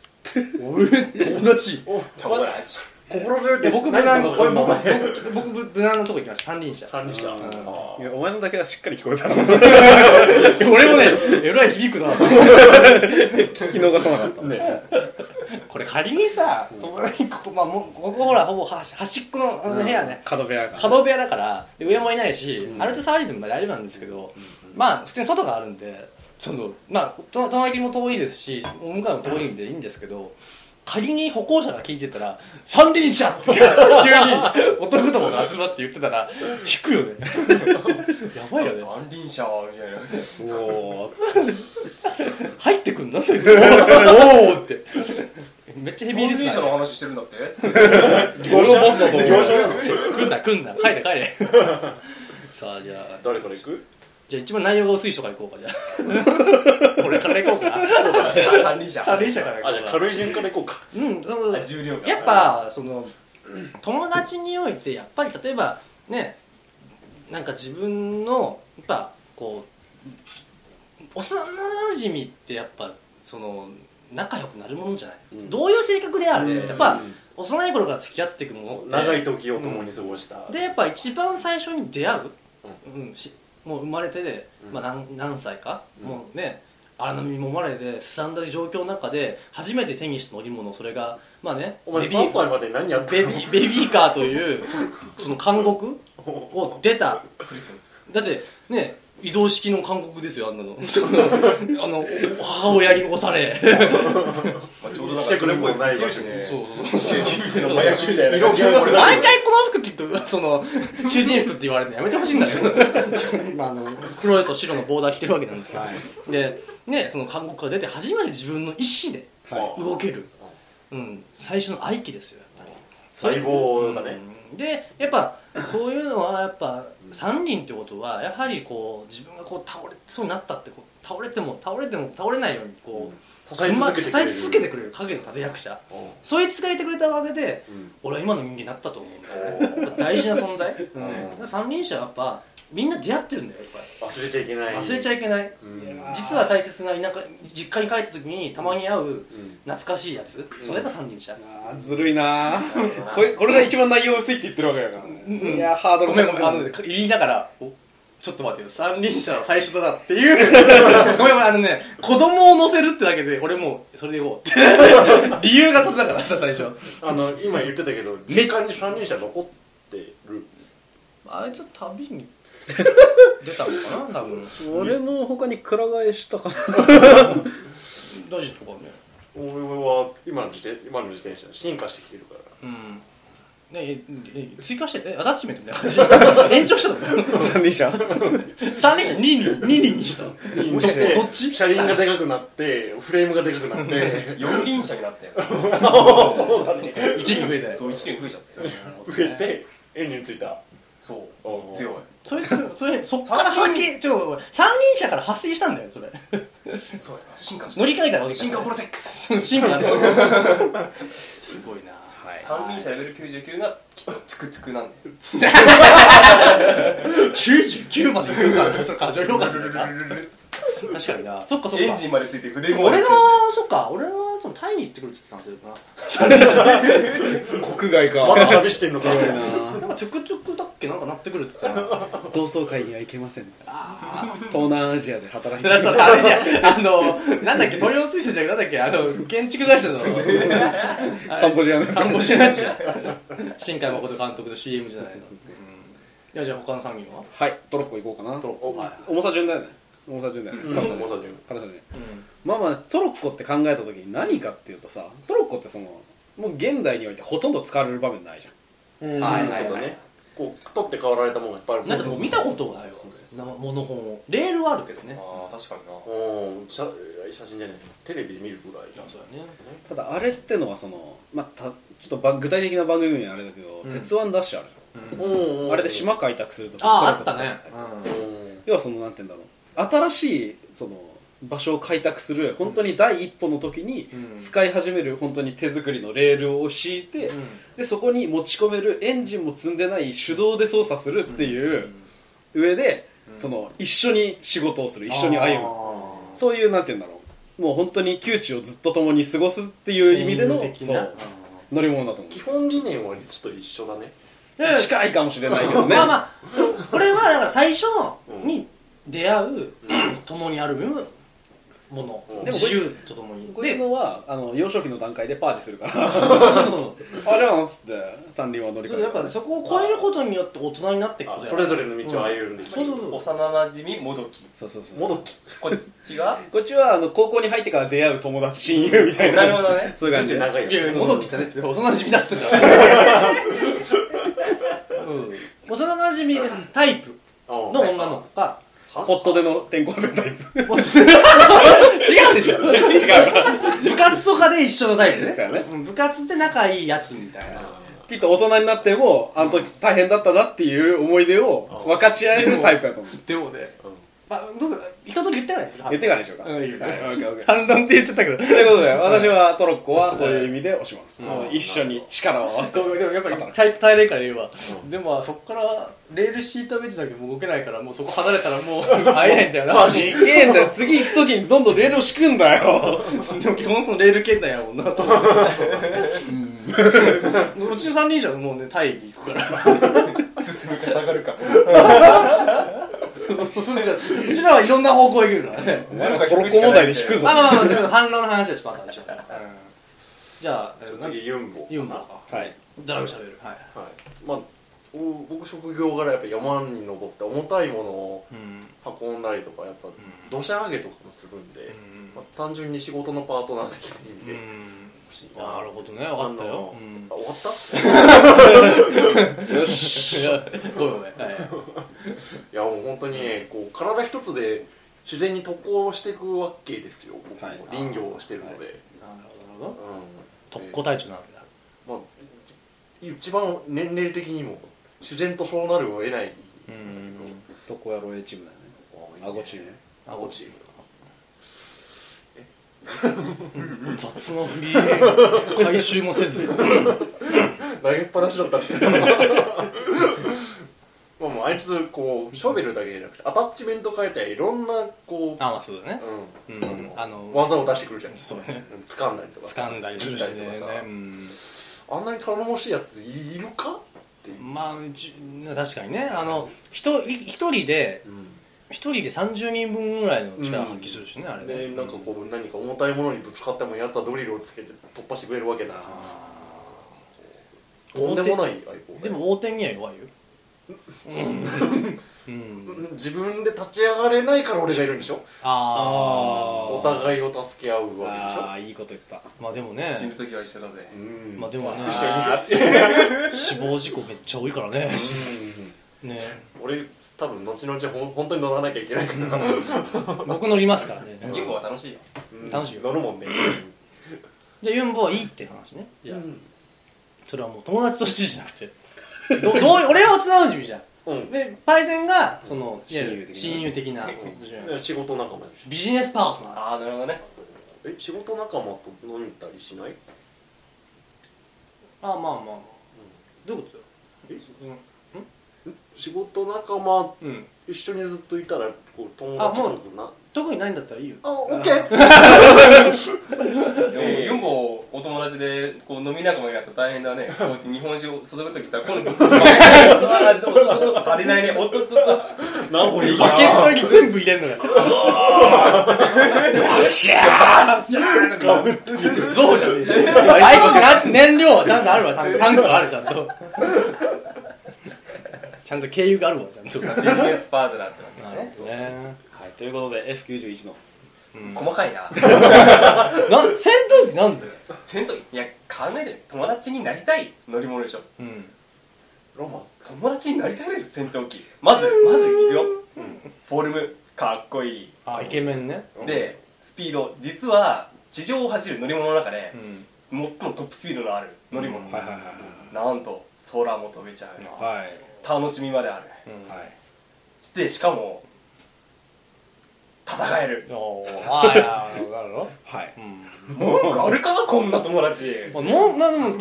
S1: 友達
S3: お
S4: 友
S3: ま
S4: 達
S3: 心強いっ
S1: で
S3: て
S1: 僕無
S3: 何
S1: 難
S3: か
S1: 僕
S3: 分かる名前
S1: 僕僕僕無難なとこ行きました三輪車
S3: 三輪車
S1: ん
S3: あ
S2: い
S3: ー
S2: やお前のだけはしっ かり聞こえた
S1: いや俺もねえらい響くな
S2: 聞き逃さなかった
S3: ね
S1: これ仮にさ友達にここまあもうここほらほぼ端端っこのあの部屋ね
S2: 角部屋が
S1: 角部屋だからで上もいないし、ある程度騒いでも大丈夫なんですけど、まあ普通に外があるんでちょっとまあと隣も遠いですし向かいも遠いんでいいんですけど仮に歩行者が聞いてたら「三輪車!」って 急に男どもが集まって言ってたら引くよねやばいよね
S4: 三輪車はみたいな
S2: お
S1: 入ってくんなそれおおってめっちゃヘビーリ
S4: 三
S1: スナ
S4: 輪車の
S1: ー
S4: 話してるんだって
S2: 業者ボス だと思う
S1: 来んな来んな帰れ帰れさあじゃあ
S3: 誰から行く
S1: じゃあ一番内容が薄い人からいこうかじゃあ 俺からいこうか
S4: 三輪車
S1: 三輪車からいこ
S3: あじゃあ
S1: うか
S3: 軽い順からいこうか
S1: うんそうそう
S4: あ重量が
S1: やっぱその友達においてやっぱり例えばねなんか自分のやっぱこう幼馴染ってやっぱその仲良くなるものじゃない、
S2: うん
S1: どういう性格であれ、
S4: うん
S1: やっぱ幼い頃から付き合っていくものって
S3: 長い時を共に過ごした
S1: でやっぱ一番最初に出会う、うんしもう生まれてで、
S3: うん
S1: まあ、何何歳か、
S3: うん
S1: もうね荒波に揉まれてすさんだ状況の中で初めて手にした乗り物それがまあね
S3: お前
S1: ベビー
S3: 3歳まで何やって
S1: ベ
S3: んの
S1: ビーベビーカーというそその監獄を出た
S4: クリス
S1: だってね移動式の韓国ですよあんなの そのあのお母親に押され
S4: まあちょうどなんかそれっぽい感じしね
S1: そうそうそう
S4: の
S1: そう
S4: 麻薬みたいな
S3: 色
S4: 感じ
S3: がこれだ
S1: 毎回この服着るとその囚人服って言われるのやめてほしいんだけどその今あの黒と白のボーダー着てるわけなんですよ、
S2: はい
S1: でねその韓国から出て初めて自分の意思で
S2: は
S1: 動ける、うん、最初の愛機ですよやっぱり
S3: 細胞がね
S1: うんでやっぱそういうのはやっぱ三輪ってことはやはりこう自分がこう倒れそうになったってこう倒れても倒れても倒れないようにこう、
S3: 支え続けてく
S1: 支
S3: れ
S1: え
S3: る
S1: 続けてくれる影の立役者
S3: うん
S1: そいつがいてくれたおかげで
S3: うん
S1: 俺は今の人間になったと思うんだよ大事な存在、
S3: うん
S1: 三輪車はやっぱみんな出会ってるんだよやっぱり
S3: 忘れちゃいけない
S1: 忘れち
S3: ゃ
S1: ゃいけない
S3: うん
S1: 実は大切な田舎実家に帰った時にたまに会う
S3: うん
S1: 懐かしいやつ、それが三輪車
S2: あーずるいなーこれこれが一番内容薄いって言ってるわけだから
S1: んうん
S2: ねいやーハードル
S1: ごめんごめんあのね言いながらおちょっと待ってよ三輪車は最初だなっていう ごめんごめんあのね子供を乗せるってだけで俺もうそれでいこうって 理由がそれだからさ最初
S3: あの今言ってたけど実家に三輪車残ってる
S1: あいつ旅に 出たのかな多分
S2: 俺の他にくら替えしたかな
S1: 大事とかね
S3: 俺は今の自転今の自転車進化してきてるから
S1: うんねええ追加してえアタッチメントみたいな 感じ延長したの
S2: 三輪車
S1: 三輪車二輪二輪にしたの
S3: も
S1: しかしてどっち
S3: 車輪がでかくなってフレームがでかくなって
S4: 四輪車になったよ
S3: そうだね
S1: 一輪増えたよ
S4: そう一輪増えちゃったよ
S3: 増えてエンジンついた
S4: そう強い
S1: それそれそっから派遣ちょ三輪車から発生したんだよそれ
S4: そうやな進化した
S1: 乗り換えたわけ
S4: 進化プロ
S1: テ
S4: テックス
S1: 進化だよすごいな
S4: 三輪車レベル99がきっとトゥクトゥクなんだよ
S1: 99までいくからそれ過剰評価じゃないか
S4: ルルルル
S1: 確かになそっかそっか
S4: エンジンまでついてフレームま
S1: 俺
S4: でつい
S1: の
S4: て
S1: そっか俺のそのタイに行ってくるって言ってたんだよ
S2: 国外
S3: まだ
S2: か
S3: 旅してんのか
S1: ななんかちょくちょくだっけなんかなってくるって言ってたな
S2: 同窓会には行けません
S1: あー
S2: 東南アジアで働いて
S1: それそれあれじゃんあのなんだっけ東洋水産じゃなくてなんだっけあの建築会社の
S2: カンボジアの
S1: 看護師のやつ新海誠監督の CM じゃないの
S2: そうそうそうそう
S1: いやじゃあ他の産業は
S2: はいトロッコ行こうかな
S1: トロッコはい
S2: 重さ順だよね重さ順だよね
S3: うん
S2: 辛さ
S3: 重さ順
S2: 辛さ順ね
S1: う
S2: まあまあトロッコって考えた時に何かっていうとさトロッコってそのもう現代においてほとんど使われる場面ないじゃん
S3: うん
S1: はい
S3: そうだねこう取って代わられたものがいっぱいある
S1: んなんかもう見たことないよ生物本をレールはあるけどね
S4: ああ確かにな
S3: うん写写真じゃないテレビで見るぐら
S1: い
S3: い
S1: やそうだね
S2: ただあれってのはそのまあたちょっとば具体的な番組にはあれだけど、
S1: うん
S2: 鉄腕ダッシュあるじ
S3: うんうんう
S2: ゃ
S3: ん
S2: んあれで島開拓すると
S1: あああっ
S2: トロ
S1: た
S2: ッコ使
S1: ね
S2: たり
S3: うん
S2: 要はそのなんて言うんだろう新しいその場所を開拓する本当に第一歩の時に
S1: うん
S2: 使い始める本当に手作りのレールを敷いて、でそこに持ち込めるエンジンも積んでない手動で操作するっていう上で、その一緒に仕事をする一緒に歩む
S1: む
S2: そういうなんて言うんだろうもう本当に窮地をずっと共に過ごすっていう意味でのそう乗り物だと思
S3: 基本理念はちょっと一緒だね
S2: う近いかもしれないけどね
S1: まあまあこれはだから最初に出会う共に歩むもの
S3: うん
S1: 自由と共に
S2: こういう
S1: で
S2: のはあの幼少期の段階でパーティするからあ
S1: そうそうそう
S2: じゃあっつって三輪は乗り
S1: そ
S2: 換
S1: う
S2: え
S1: やっぱそこを超えることによって大人になっていくこと
S3: あ
S1: だ
S3: そ
S1: よ
S3: れぞれの道を歩んでい
S1: そうそうそう
S4: 幼なじみもどき
S2: そうそうそう
S3: もどき
S4: こっちが
S2: こっちはあの高校に入ってから出会う友達親友みたいな
S4: なるほどね
S2: そういう感
S3: 人
S2: じ
S3: 生
S2: で
S3: 長いよ
S1: いやいや
S2: そうそう
S1: 戻ってきたねって幼馴染だったじゃん、うん、幼馴染タイプ
S3: の
S1: の女の子が
S2: ポットでの転校生タ イプ
S1: 違うでしょ
S2: 違う
S1: 部活とかで一緒のタイプね
S2: そうやね
S1: うん部活で仲いいやつみたいな
S2: きっと大人になってもあの時大変だったなっていう思い出を分かち合えるタイプだと思う
S1: でもね
S3: うん
S1: まあ、どうする一通り言ったじゃないですか
S2: 言ってからでしょうか
S1: うん言うから
S2: はいオッケーオッケ ー
S1: 反論って言っちゃったけど
S2: ということで私はトロッコはそういう意味で押します
S3: うん
S2: うん一緒に力を合わせて
S1: ごめんでもやっぱり
S2: 肩の
S1: 耐え耐えれんから言うわ、
S3: うん
S1: でもそこからレール敷いたベンチだけもう動けないからもうそこ離れたらもう 会えないんだよな
S3: マジ
S2: いけん だよ次行く時にどんどんレールを敷くんだよ
S1: でも基本そのレール圏内やもんなと 思って もうち3人以上はもうねタイに行くから
S4: 進むか下がるか
S1: そうそう進んでからうちらはいろんな方向行くからね
S2: トロッコ問題で引く
S1: あ
S2: ぞ
S1: まあまあまあちょっと反論の話はちょっとあったでしょう、うん、じゃあえー
S3: 次ユンボ
S1: ユンボ
S2: はい
S1: じゃあしゃべるはい
S3: はいまあお僕職業柄やっぱ山に登って重たいものを
S1: うん
S3: 運んだりとかやっぱ
S1: ん
S3: 土砂上げとかもするんで、まあ、単純に仕事のパートナー的な意味で、
S1: うんなるほどね分かったよ、
S3: あの
S1: うん
S3: あ終わった
S2: よし
S1: ごめんごめん、はい
S3: いやもう本当にね、こう体一つで自然に渡航していくわけですよ、僕も
S2: はい
S3: 林業をしてるので、
S1: なるほどなるほど
S3: うん
S1: 特攻隊長なわけだ
S3: まあ、一番年齢的にも自然とそうなるを得ない
S1: うん
S2: どこやろう A チームだよね顎チームね
S3: あごチーム
S1: 雑なフリー回収もせず
S3: 投げっぱなしだったんですけどまあもうあいつこうショベルだけじゃなくてアタッチメント変えたりいろんなこう、
S1: あまあそうだね
S3: う
S1: うんんあの
S3: 技を出してくるじゃないです
S1: そ
S3: か
S1: うね
S3: うん掴んだりとかさ
S1: 掴んだりするし
S3: 切った
S1: ね
S3: りとかさ
S1: うん
S3: あんなに頼もしいやついるかっていう、
S1: まあうち確かにねあの一人一人で一人で30人分ぐらいの力を発揮するしねあれ
S3: で
S1: ね
S3: なんかこう何か重たいものにぶつかってもやつはドリルをつけて突破してくれるわけだとんでもない相棒
S1: でも横転には弱いようんうん
S3: うん自分で立ち上がれないから俺がいるんでしょ
S1: あ
S3: お
S1: あ
S3: 互いを助け合う
S2: あ
S3: わ
S2: あいいこと言った
S1: まあでもね
S4: 死ぬ時は一緒だぜ
S3: けでしょうん
S1: まあでもね
S3: 一緒にいるやつ
S1: 死亡事故めっちゃ多いからねね
S3: 俺多分後々ほん本当に乗らなきゃいけないから
S1: 僕乗りますからね
S4: 結構は楽しいよ
S3: うん
S1: 楽しいよ
S3: 乗るもんね
S1: でユンボはいいって話ね
S3: いやうん
S1: それはもう友達としてじゃなくてどどう俺らは綱じみじゃん
S3: うん
S1: でパイセンがその
S2: 親友的ない
S1: わゆる親友的な
S3: 仕事仲間でしょ
S1: ビジネスパートナー
S4: ああなるほどね
S3: え仕事仲間と飲みたりしない
S1: あまあまあまあどういうことだよ
S3: え
S1: うん
S3: 仕事仲間
S1: うん
S3: 一緒にずっといたらこう友達とかな
S1: 特にないんだったらいいよ
S3: あオッケーええ
S4: ユンボお友達でこう飲み仲間になったら大変だねこうやって日本酒を注ぐ時さ今度あーおっとっとっと足りないねおっとっとっと
S3: 何もいい
S1: バケットに全部入れんの よそうじゃねえあいつ燃料はちゃんとあるわち ゃんとタンクがあるちゃんとちゃんと軽油があるわちゃんと
S4: ビジネスパートナーってわけ
S1: なるほどね
S2: はいということで F91 の
S1: うん
S4: 細かいな
S1: なん戦闘機なんだよ
S4: 戦闘いや考えてみ友達になりたい乗り物でしょ
S1: うん
S4: ロマン友達になりたいでしょ戦闘機まずまずいくよ、フォルムかっこいい
S1: あイケメンね
S4: でスピード実は地上を走る乗り物の中で
S1: うん
S4: 最もトップスピードのある乗り物、
S2: はいはいはい
S4: なんと空も飛べちゃう、
S2: はい
S4: 楽しみまである
S1: うん
S2: はい
S4: してしかも戦える
S1: おーあーなるほど
S2: はい
S4: 文句あるかこんな友達
S1: まあもうまあでもね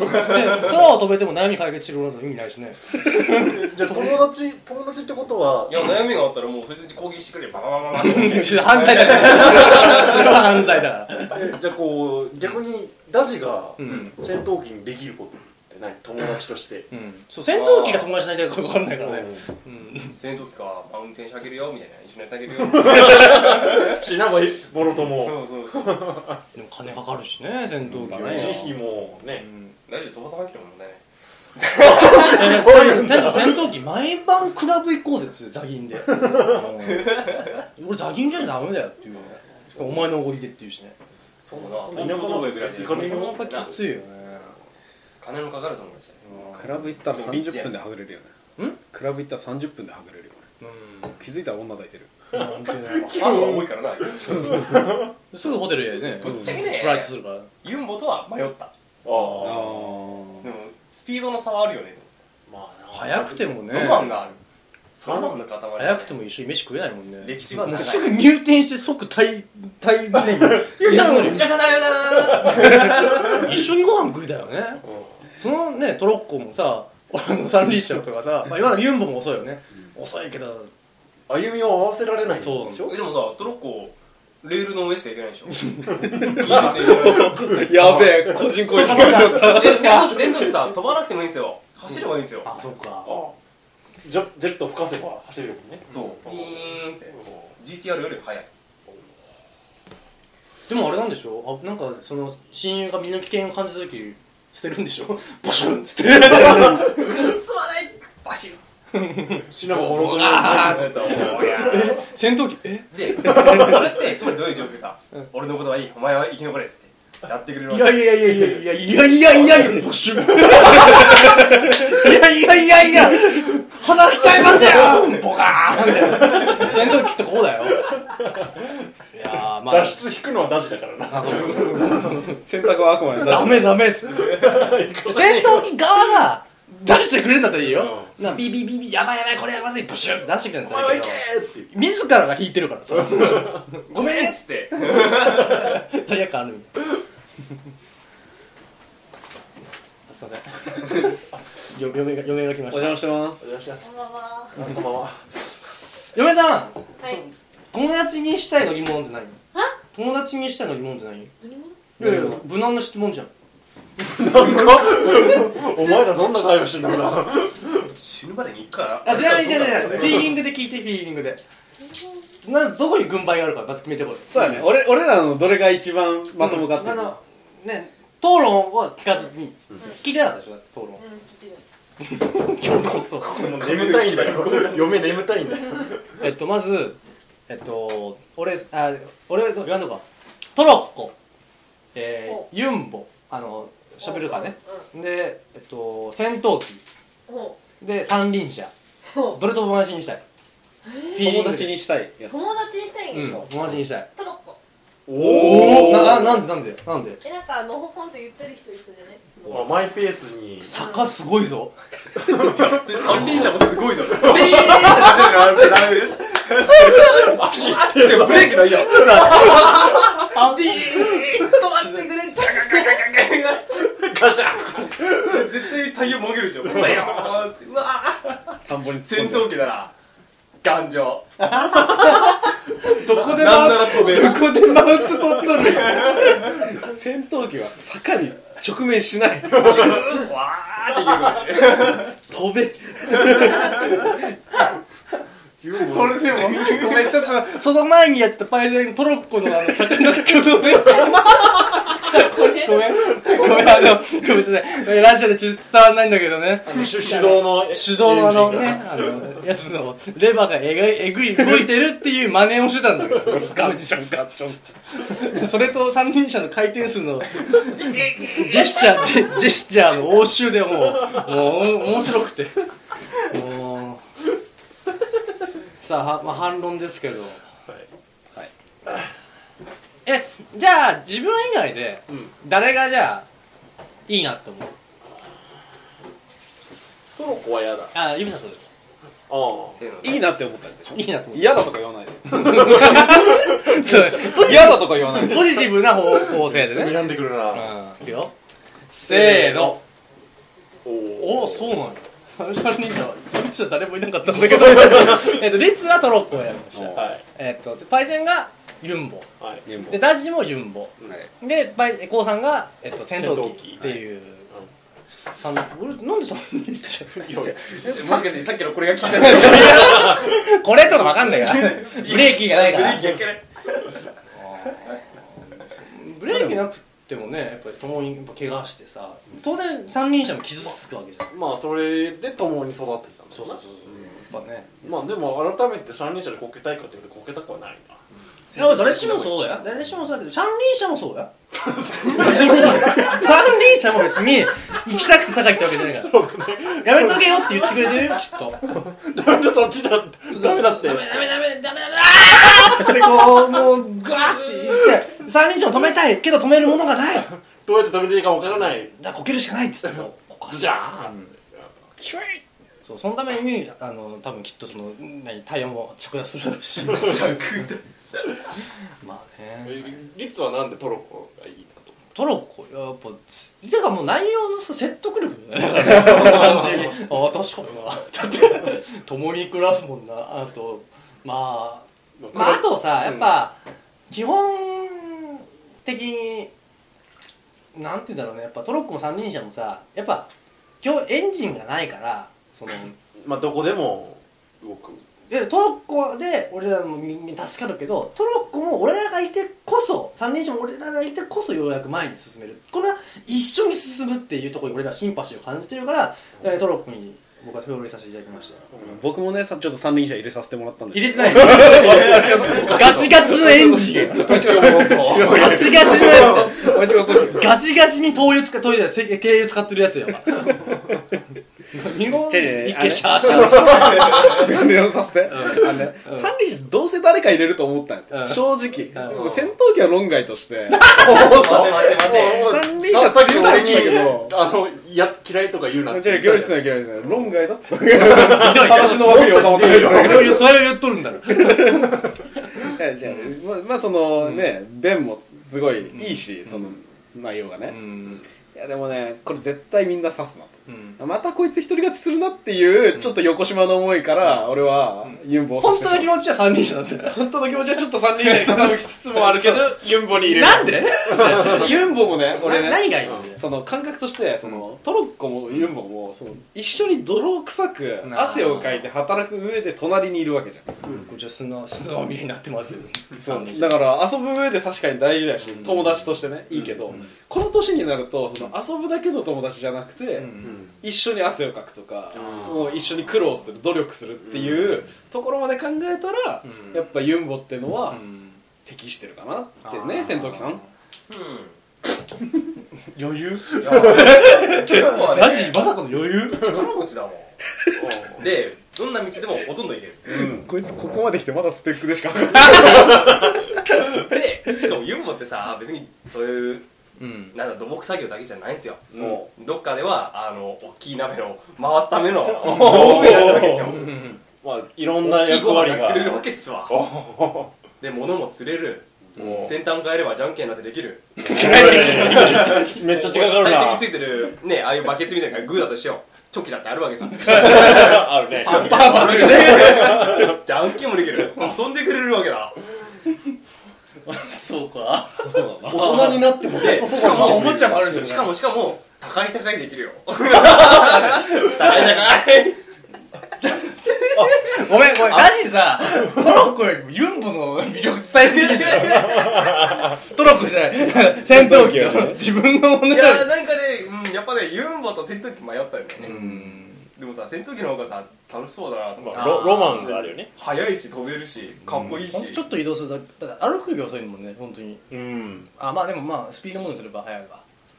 S1: 空を飛べても悩み解決してる俺の意味ないしね
S3: じゃあ友達友達ってことはい
S4: や悩みがあったらもうそいつに攻撃してくれババババ バっ
S1: 犯
S4: て
S1: 罪だからそれは犯罪だから
S3: じゃあこう逆にダジが
S1: うん
S3: 戦闘機にできることってない友達として
S1: うんそう戦闘機が友達になりたいか分かんないからねうん
S4: 戦闘機かマウンテンしてあげるよみたいな一緒にやってあげるよ
S3: しなばいもろとも
S4: そうそうそう
S1: でも金かかるしね戦闘機は
S3: 維持費
S1: ね
S3: も
S1: う
S3: ね
S1: ん
S4: 大丈夫飛ばさなきゃもんね
S1: え店長戦闘機毎晩クラブ行こうぜっつってザギンでうん俺ザギンじゃダメだよっていうねしかもお前のおごりでっていうしね
S4: そうだ
S3: そん
S4: な
S3: な田舎の
S4: 東京東部ぐらいじゃ
S3: 行かねえ
S1: な
S3: よ
S1: かなかきついよね
S4: 金のかかる友達だね
S2: クラブ行ったら30分ではぐれるよね
S1: ん
S2: クラブ行ったら30分ではぐれるよね
S1: う
S2: 気づいたら女抱いてる
S1: んなんていうの
S4: ファンは多いからな
S1: すぐホテルへね
S4: ぶっちゃけね
S1: フライトするから
S4: ユンボとは迷った
S2: あ
S3: ああ
S4: でもスピードの差はあるよね
S3: まあ
S1: 早くてもね
S4: ロマンがあるそんなもんの塊だね
S1: 早くても一緒に飯食えないもんね
S4: 歴史
S2: ま
S4: が
S2: あもう
S4: 長い
S2: すぐ入店して即退退ね
S1: いなくなるよ
S4: いらっしゃいませいらっしゃいませ
S1: 一緒にご飯食いたいよねそのねトロッコもさ俺のサンリッシャーとかさ、まあ、今のユンボも遅いよね、遅いけど
S3: 歩みを合わせられない
S1: そう
S3: でしょ
S4: えでもさトロッコレールの上しか行けないでし ょい
S2: やべえ個人攻撃がしちゃった
S4: いでその時その時さ飛ばなくてもいいんですよ走ればいいんですよ
S1: あそうか
S3: あジェジェット吹かせば走れるもんね
S4: そうピーンって GTR より速い
S1: でもあれなんでしょあなんかその親友が身の危険を感じた時捨てるんでしょボシュンっつって
S4: すまないバシッ
S3: 死なば滅ぼ
S4: あーって
S1: 戦闘機え
S4: でそれってつまりどういう状況か
S1: ん
S4: 俺のことはいいお前は生き残れっつってやってくれるわ
S1: い
S4: け
S1: やいやいやいやいやいやいやいやいやボシュンいやいやいやいや話しちゃいますよボカーンだよ戦闘機ってこうだよいやーまあ
S3: 脱出引くのはなしだからな
S1: あそうそうそう
S2: 選択はあくまで大丈
S1: ダメダメっつって戦闘機側が出してくれるんだったらいいよ、なビビビビやばいやばいこれやばいブシュッて出してくれるんだったらいいけど
S3: えーって
S1: 自らが引いてるからさごめんね
S4: っつって
S1: 罪悪感あるみたいなあすいませんよ嫁が嫁が来ま
S2: 夫お
S1: した
S2: 邪魔してます
S3: こんばんは
S1: 嫁さん
S5: はい。
S1: 友達にしたい乗り物って何友達にしたい乗り物って何い
S5: 何も。
S1: やいや無難な質問じゃん
S3: お前らどんな会話してんだろうな
S4: 死ぬまでに行くから
S1: あ違う違う違う違うフィーリングで聞いてフィーリングでなどこに軍配があるかまず決めてこい
S2: そうだね俺俺らのどれが一番まともかって
S1: あ
S2: いうの
S1: のね討論は聞かずに聞いてなかったでしょ討論
S5: うん、聞いてる。
S1: 今日こそ
S3: もう眠たいんだよ嫁眠たいんだよ
S1: えっとまずえっと俺あ俺言わんとこかトロッコえ
S5: お
S1: ー、ユンボあのショベルカーねでえっと戦闘機
S5: うん。ほ
S1: で三輪車
S5: う。ほ
S1: どれとも友達にしたい
S2: 友達にしたいや
S5: う。
S2: つ
S5: 友達にしたい
S1: う
S5: んで
S1: ん
S5: すよ。
S1: 友達にしたい
S5: タバコ。
S2: おー
S1: なななんでなんでなんで
S5: え、なんか、のほほんと言ってる人いそうじゃない。
S3: あマイペースに
S1: 坂すごいぞ
S4: それ三輪車もすご いぞビーンって喋るからペダル
S3: 足
S4: 違うブレーキないやちょっと
S1: あビー
S4: 止まってくれガガガガガガガ
S3: ガシャン
S4: 絶対タイヤもげるでしょバヨーンってうわー
S2: 田んぼに突っ込ん
S4: 戦
S2: で
S4: 闘機なら頑丈
S1: どこで
S4: な
S1: 回
S4: んな
S1: っ
S4: ら飛べる
S1: どこでマウント取っとるよ
S2: 戦闘機は坂に直面しない
S4: わーっていけるわけ
S2: 飛べ
S1: これでもごめんちょっとその前にやったパイセントロッコのあの魚の曲の上ごめんごめんあのごめんなさいラジオでちょっと伝わんないんだけどね
S3: 手手動の
S1: 手動のあのねあのやつのレバーがえがいえぐい動いてるっていう真似をしてたんだけど
S2: ガッチョンガッチョンって
S1: それと三輪車の回転数のジェスチャージェジェスチャーの応酬でもうもう面白くてもうさあ、はまあ、反論ですけどはい、えじゃあ自分以外で
S3: ん
S1: 誰がじゃあいいなって思う
S3: トロッコは嫌だあ
S1: あ指さす
S3: あ
S4: せーの
S2: いいなって思ったんですでしょ
S1: いいなと思う
S2: 嫌だとか言わないで
S1: そう
S2: 嫌だとか言わないで
S1: ポジティブな方向性でね
S3: 睨んでくる
S1: う
S3: なん
S1: いくよせーの
S3: お
S1: お
S3: お
S1: おそうなんだ三人だ三人じゃ誰もいなかったんだけどえっとリッツはトロッコをやりました
S3: はい
S1: えっとでパイセンがユンボ
S3: はい
S2: ゲーム
S1: でダジもユンボ
S2: はい
S1: でパイコウさんが、えっと、戦闘
S3: 戦闘
S1: 機
S3: 機
S1: っていう、三俺なんで三人じゃ
S3: いやいや
S4: えもしかしてさっきのこれが聞いたんじゃない
S1: これとかわかんないからブレーキがないか
S4: ブレ
S1: ら
S4: ーキやけない
S1: ブレーキなくてもねやっぱり共にやっぱ怪我してさ当然三輪車も傷つくわけじゃん
S3: まあそれで共に育ってきたんだ
S1: そうそう
S3: ろな
S1: そうそうやっぱね
S3: まあでも改めて三輪車でこけたいかって言うとこけたくはない な
S1: だから誰しもそうや誰しもそうやけど三輪車もそうや 三輪車も別に行きたくて高いってわけじゃないからやめとけよって言ってくれてるよきっと
S3: ダメだそっちだダメだって
S1: ダメダメダメダメダメあーってこうもうガーって言っちゃう三輪車を止めたいけど止めるものがないだか
S3: どうやって止めていいかわからない
S1: らこけるしかないっつってもうこかし
S3: じゃーん
S1: キュイそうそのためにあの多分きっとその何太陽も着脱するだろう しまあね
S3: リツはなんでトロッコがいいなと
S1: トロッコやっぱてかもう内容のさ説得力だよねだからね単 純にああ確かになだって共に暮らすもんなあとまあ
S3: 思った
S1: まああとさ
S3: う
S1: や
S3: ん
S1: っぱ、基本的になんて言うんだろうねやっぱトロッコも三輪車もさやっぱ今日エンジンがないからその
S3: まあどこでも動 く
S1: でトロッコで俺らもみみ助かるけどトロッコも俺らがいてこそ三輪車も俺らがいてこそようやく前に進めるこれは一緒に進むっていうところに俺らシンパシーを感じてるから、えートロッコに僕は手を入れさせていただきました
S2: 僕もねさちょっと三輪車入れさせてもらったんです
S1: 入
S2: け
S1: れ
S2: ど
S1: てないガチガチのエンジンガチガチのやつガチガチに灯油使灯油じゃないせ軽油使ってるやつやわ日本
S2: 違う違う違う
S1: 一軒シャーシャー
S2: 弁明をさせて、あのね
S1: うん
S2: 三輪車どうせ誰か入れると思ったんや
S1: うん
S2: 正直、
S1: うん
S2: もう戦闘機は論外として
S4: 待て待て待て
S2: 三輪車強さんだけど
S3: あのいや嫌いとか言うな
S2: じゃあ行列ない行列ない論外だっつって話の悪い
S1: 悪
S2: 収まってるよ
S1: いやそれを言っとるんだろ
S2: じゃあままあそのね弁もすごいいいし、その内容がね、
S1: うん
S2: いやでもねこれ絶対みんな刺すな
S1: うん
S2: とまたこいつ一人勝ちするなっていう、ちょっと横島の思いから、俺は、ユンボを刺
S1: 本
S2: して
S1: 当の気
S2: しまう
S1: 持ちは三輪車だったよ
S2: 本当の気持ちはちょっと三輪車に傾きつつもある けどユンボに入れる
S1: なんで
S2: ユンボもね俺ね
S1: な何がいいの
S2: その感覚としてそのトロッコもユンボもその一緒に泥臭く汗をかいて働く上で隣にいるわけじゃん
S1: こっちは素の素のまみれになってますよ
S2: そう
S1: 三輪車
S2: だから遊ぶ上で確かに大事だし、友達としてねいいけど、この年になるとその遊ぶだけの友達じゃなくて、
S1: うん
S2: 一緒に汗をかくとか、
S3: うん
S2: もう一緒に苦労する努力するっていうところまで考えたら、
S1: うん
S2: やっぱユンボってのは、
S1: うん
S2: 適してるかなってね戦闘機さん
S1: 余裕
S4: うんいや 結構はね
S1: マジまさかの余裕
S4: 力持ちだもんでどんな道でもほとんど行ける
S2: こいつここまで来てまだスペックでしか
S4: でしかもユンボってさ別にそういう
S1: うん
S4: なんだ土木作業だけじゃないんですよ
S2: も
S4: どっかではあの大きい鍋を回すための道具になるわけですよ
S3: まあいろんな
S4: 大きい
S3: 役
S4: ご
S3: 割
S4: 飯
S3: が
S4: が作れるわけですわで物も釣れる
S3: も
S4: 先端変えればじゃんけんなんてできる
S3: うめっちゃ近がる
S4: 最初に
S3: な
S4: ついてるねああいうバケツみたいなのがグーだとしようチョキだってあるわけさ
S3: あるね
S4: パンパンパン ねじゃんけんもできる遊んでくれるわけだ
S1: そうか
S2: 大人になっても
S4: でしか
S1: まあ
S4: も
S1: おもちゃもあるじゃん
S4: しかもしかも高い高いできるよ高い高い
S1: ごめんごめんマジさトロッコよりもユンボの魅力伝えすぎでし ょトロッコじゃない戦闘機が自分のもの
S4: いやー
S1: だ
S4: なんかね、うん、やっぱねユンボと戦闘機迷ったんだよね、
S1: うん
S4: でもさ戦闘機の方がさ楽しそうだなと思って
S3: まあロロマンがあるよね
S4: 速いし飛べるしかっこいいし、
S1: ほんとちょっと移動するだけだから歩くより遅いもんね本当に
S3: うん
S1: あまあでもまあスピードモードにすれば速いわ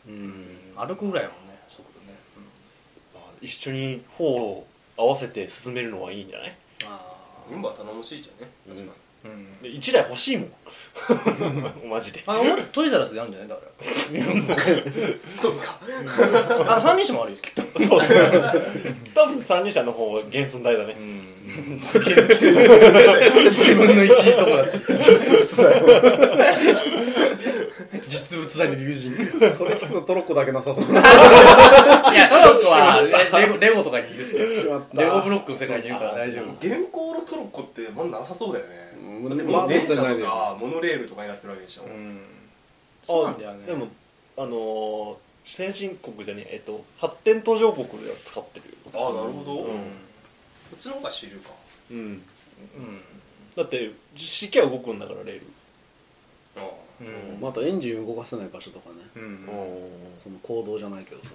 S1: うん歩くぐらいやもんね速度ね
S3: 一緒に頬を合わせて進めるのはいいんじゃない
S1: あ
S4: ユンボは頼もしいじゃんね
S3: うん
S4: 確か
S1: あうん
S3: で一台欲しいもん マジで
S1: あのトイザラスであるんじゃないだか
S4: にそうか、
S1: らあ三人称もあるよきっと
S3: そう多分三輪車の方が原寸大だね
S1: 自分の一位友達実物大の友人
S2: それ聞くとトロッコだけなさそう
S1: いやトロッコはレレゴレゴとかにいるってレゴブロックの世界にいるから大丈夫
S4: 現行のトロッコってまだなさそうだよね、
S2: うん
S4: だって
S2: ま
S4: も
S2: あ
S4: う電車
S2: 持って
S4: と
S2: な
S4: かモノレールとかになってるわけでしょ、
S1: うんそうなんだよね
S3: あでもあのー先進国じゃねええっと発展途上国では使ってるよ
S4: ああなるほど、
S3: う
S4: こ
S1: うん
S4: っちの方が主流か
S3: うん
S1: うん
S3: だって実式は動くんだからレール
S4: ああ
S1: うん
S2: またエンジン動かせない場所とかね
S1: うん
S2: その行動じゃないけどさ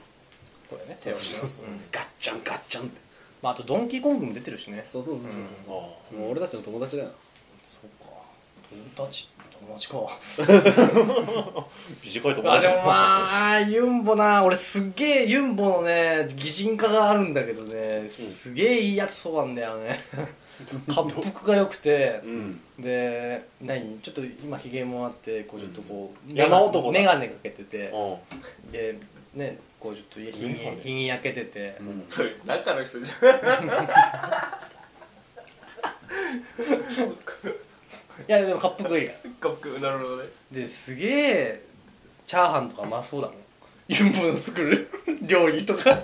S1: これね手を
S2: そうガッチャンガッチャンって
S1: まああとドンキーコングも出てるしね
S2: そうそうそう
S3: ああ
S2: そうもう俺たちの友達だよ
S1: そうか友達友達か
S3: 短いと思
S1: あ
S3: う
S1: でもまあユンボな俺すっげえユンボのね擬人化があるんだけどねすげえいいやつそうなんだよ ね滑覆が良くて
S3: うん
S1: で何ちょっと今ひげもあってこうちょっとこう
S3: 山男だ
S1: 眼鏡かけてて
S3: うん
S1: でね
S2: こうちょっと家
S1: 日に日に焼けてて、
S2: うん
S4: それ中の人じ
S1: い
S4: ゃん
S1: やでもカップ食いが
S4: カップなるほどね
S1: ですげえチャーハンとかうまそうだもんユンボの作る 料理とか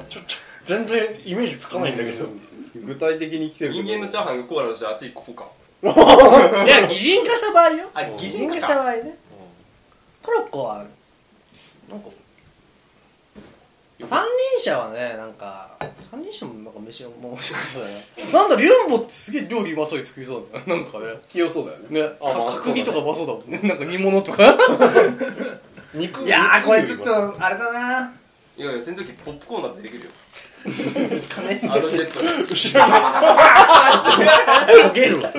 S3: 全然イメージつかないんだけど
S2: 具体的に来てる
S4: 人間のチャーハンがコーラの人あっちここか
S1: いや擬人化した場合よ
S4: あ擬人化
S1: した
S4: か
S1: 場合ねトロッコはなんか三輪車はねなんか三輪車もなんか飯はもう美味しかったねなんだろユンボってすげえ料理うまそうに作りそうだよなんかね
S2: 器用そうだよね
S1: ねか
S3: あまあ
S1: 角煮とかうまそうだもんねなんか煮物とか
S3: 肉
S1: いやーこれちょっとあれだない
S4: やいやその時ポップコーンだってできる よ
S1: 加熱
S4: あのジェットで
S1: 焦げるわ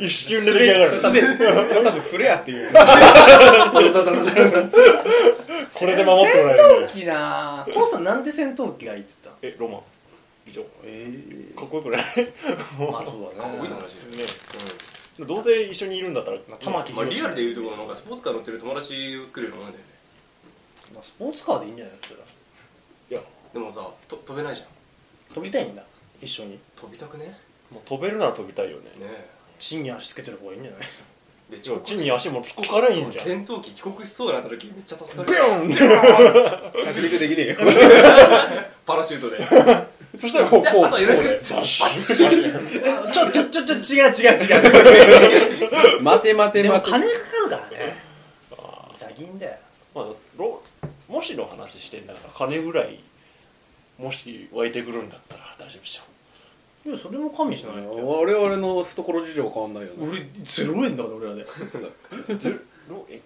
S3: 一瞬で出来上がる
S1: 食べる
S2: それ多分フレアっていう
S3: これで守ってもらえる
S1: 戦
S3: ん
S1: 闘
S3: だ
S1: 機なコウさんなんで戦闘機がいいって言っ
S3: えロマン以上
S2: えー
S3: かっこよくない
S1: たのまあそうだ
S4: かっこいいと
S1: ね
S4: 思う
S3: ねどうせ一緒にいるんだったら
S1: 玉木
S4: まあ、
S1: 宏
S4: リアルでいうとこのなんかスポーツカー乗ってる友達を作るようなもんだよね
S1: まあスポーツカーでいいんじゃないのそれ
S3: いや
S4: でもさと飛べないじゃん
S1: 飛びたいんだ一緒に
S4: 飛びたくねね
S3: もう飛べるなら飛びたいよね
S4: え
S1: 地に足つけてる方がいいんじゃない
S4: で
S3: じゃあ地に足もつくからいいんじゃん
S4: 戦闘機遅刻しそうになった時めっちゃ助かる
S3: ビュン
S2: 着陸できねえよ
S4: パラシュー トで
S3: そしたらこう
S4: じゃあ
S3: こう
S4: あとよろしく
S3: こうで
S4: ザ
S3: バシ ッ
S1: ちょちょちょちょ違う違う違う
S2: 待て待て
S1: でも
S2: 待て
S1: 金かかるからねザギンだよ
S3: まあロもしの話してんだから金ぐらいもし湧いてくるんだったら大丈夫でし
S1: いやそれも加味しないよ
S2: 我々の懐事情変わんないよね
S1: 俺ゼロ円だから俺らで
S3: ょゼロえ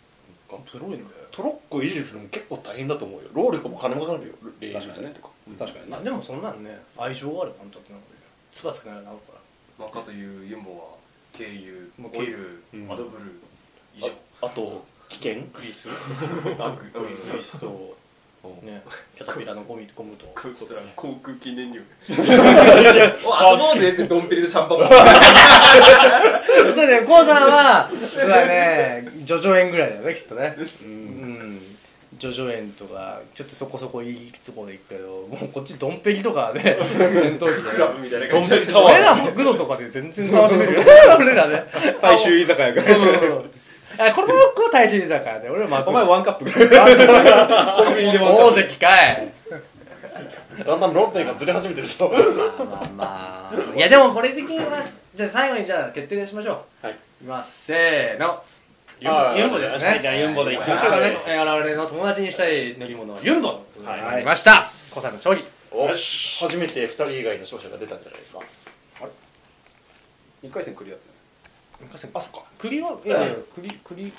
S1: ゼロ円だよ
S3: トロッコ維持するの結構大変だと思うよ労力も金もかかるよ練習
S2: 確かにね
S3: とか
S2: 確かに
S1: ま
S2: な
S1: あでもそんなんね愛情があるからあんたってなんかつばつくなるなるから
S4: まあかというユンボは軽油
S1: もう軽
S4: オイル
S3: うん
S4: アドブル以上
S3: ああと危険
S1: グリス
S4: あグ
S3: うん
S4: うん
S3: リスとうん
S1: ねキャタピラのゴミゴムと
S4: こいつら航空機 燃料お遊ぼうぜってドンペリとシャンパンも
S1: そうだね、コウさんは、そうだね、ジョジョ園ぐらいだよね、きっとね。うん。ジョジョ園とか、ちょっとそこそこいいとこで行くけど、もうこっちドンペリとか ね、戦闘機
S4: ク
S1: で
S4: ラ。ブみたいな
S3: ド
S4: 感
S3: ン
S4: じ
S3: ペ
S4: で
S3: リタワ
S1: 俺
S3: ー
S1: らもグドとかで全然楽しめるよ。俺らね。
S2: 大衆居酒屋が
S1: そうそうそう。あ、このロックは大衆居酒屋で、俺らマ
S2: お前
S1: は。
S2: ワンカップぐらい
S1: コンビニでも大関かい。
S3: だんだん論点がずれ始めてる ぞ
S1: まあまあまあ。いや、でもこれ的には、じゃあ最後にじゃあ決定しましょう。
S3: はい。
S1: いきます、せーの。ユ
S3: あー
S1: ンユンボですね。
S3: じゃあユンボでいきま
S1: 今日
S3: しょうか
S1: は
S3: ね
S1: ね、えー我々の友達にしたい乗り物はユンボということになりました、コウさんの勝利
S3: よし初めて2人以外の勝者が出たんじゃないですか
S2: 1回戦クリアだったね
S1: あそっか栗はいやいや栗栗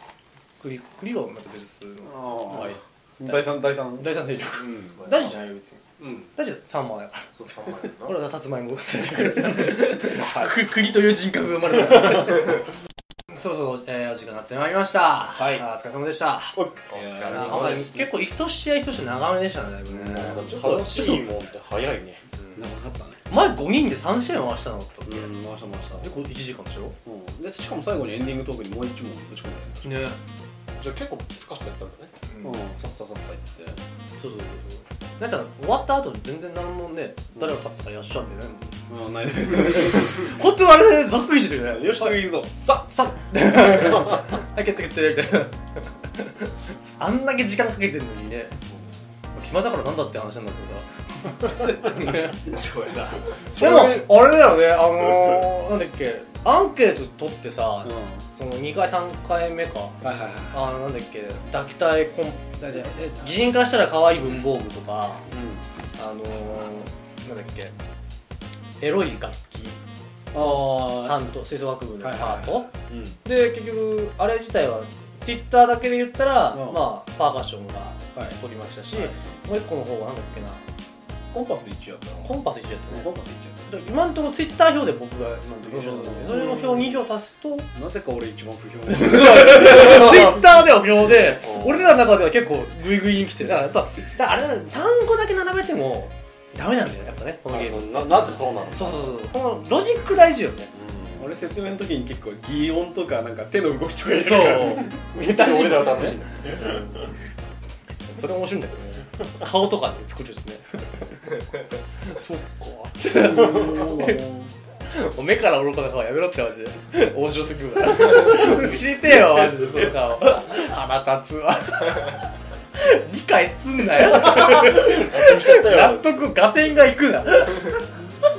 S1: 栗栗はまた別の
S2: はい第3第3
S1: 第三勢力
S4: うん
S1: 大事じゃないよ別に
S4: うん
S1: 大事三枚だから
S4: そう3枚だな
S1: これはさつまい もが出てくるく栗という人格が生まれた そうそう、えー、お時間になってまいりましたはいお疲れ様でした
S4: お疲れ
S1: いやー
S4: 様です
S1: 結構一試合一試合長めでしたねだいぶね
S3: 楽しいもんって早いね
S2: 長かったね
S1: 前5人で3試合回したのだったっけ
S2: うん回した回した
S1: 結構1時間でしょ
S2: うんでしかも最後にエンディングトークにもう一問ぶち込んで
S1: ね
S3: じゃあ結構きつかったやったんだね
S1: うん
S2: うんさっささっさいって
S1: そうそうそうそうなんか終わった後に全然何もね誰が勝ったかやっしゃってね
S2: う んないね
S1: 本当にあれねざっくりしてるよね
S2: よし次行くぞ
S1: さ さはい決定決定みたいなあんだけ時間かけてるのにね暇だからなんだって話なんだけどさね
S4: そうやな
S1: でもあれだよねあのー、なんだっけアンケート取ってさ、
S2: うん
S1: その2回3回目か
S2: はいはいはい
S1: あーなんだっけ抱きたいコンあじゃあえ擬人化したら可愛い文房具とか、あのー、なんだっけエロい楽器
S2: うんああ
S1: 担当吹奏楽部のパート、
S2: は
S3: うん
S1: で結局あれ自体はツイッターだけで言ったら、
S2: うん
S1: まあパーカッションが
S2: はい
S1: 取りましたし、
S2: はい
S1: もう一個の方はなんだっけな
S2: コンパス1やったの
S1: コンパス一緒だったね
S2: コンパス1やっ
S1: だから今のところツイッター表で僕が今のところ一緒だったんでそう
S2: そそう
S1: れ
S2: そ
S1: の
S2: う
S1: 表2票足すと
S2: たなぜか俺一番不評
S1: ツイッターでは秒で
S3: うん
S1: 俺らの中では結構グイグイに来てだからやっぱだからあれだね単語だけ並べてもダメなんだよねやっぱねこのゲーム
S3: ななぜそうなの
S1: そうそうそうこのロジック大事よね
S2: 俺説明の時に結構擬音とかなんか手の動きとかやる
S1: そ
S2: から
S1: う下手し
S3: 俺らは楽しい
S1: それ面白いんだけどね顔とかで作るしねそっかもう目から愚かな顔やめろってマジで面白すぎるから見せてよマジでその顔腹立つわ理解すんなよ納得合点がいくな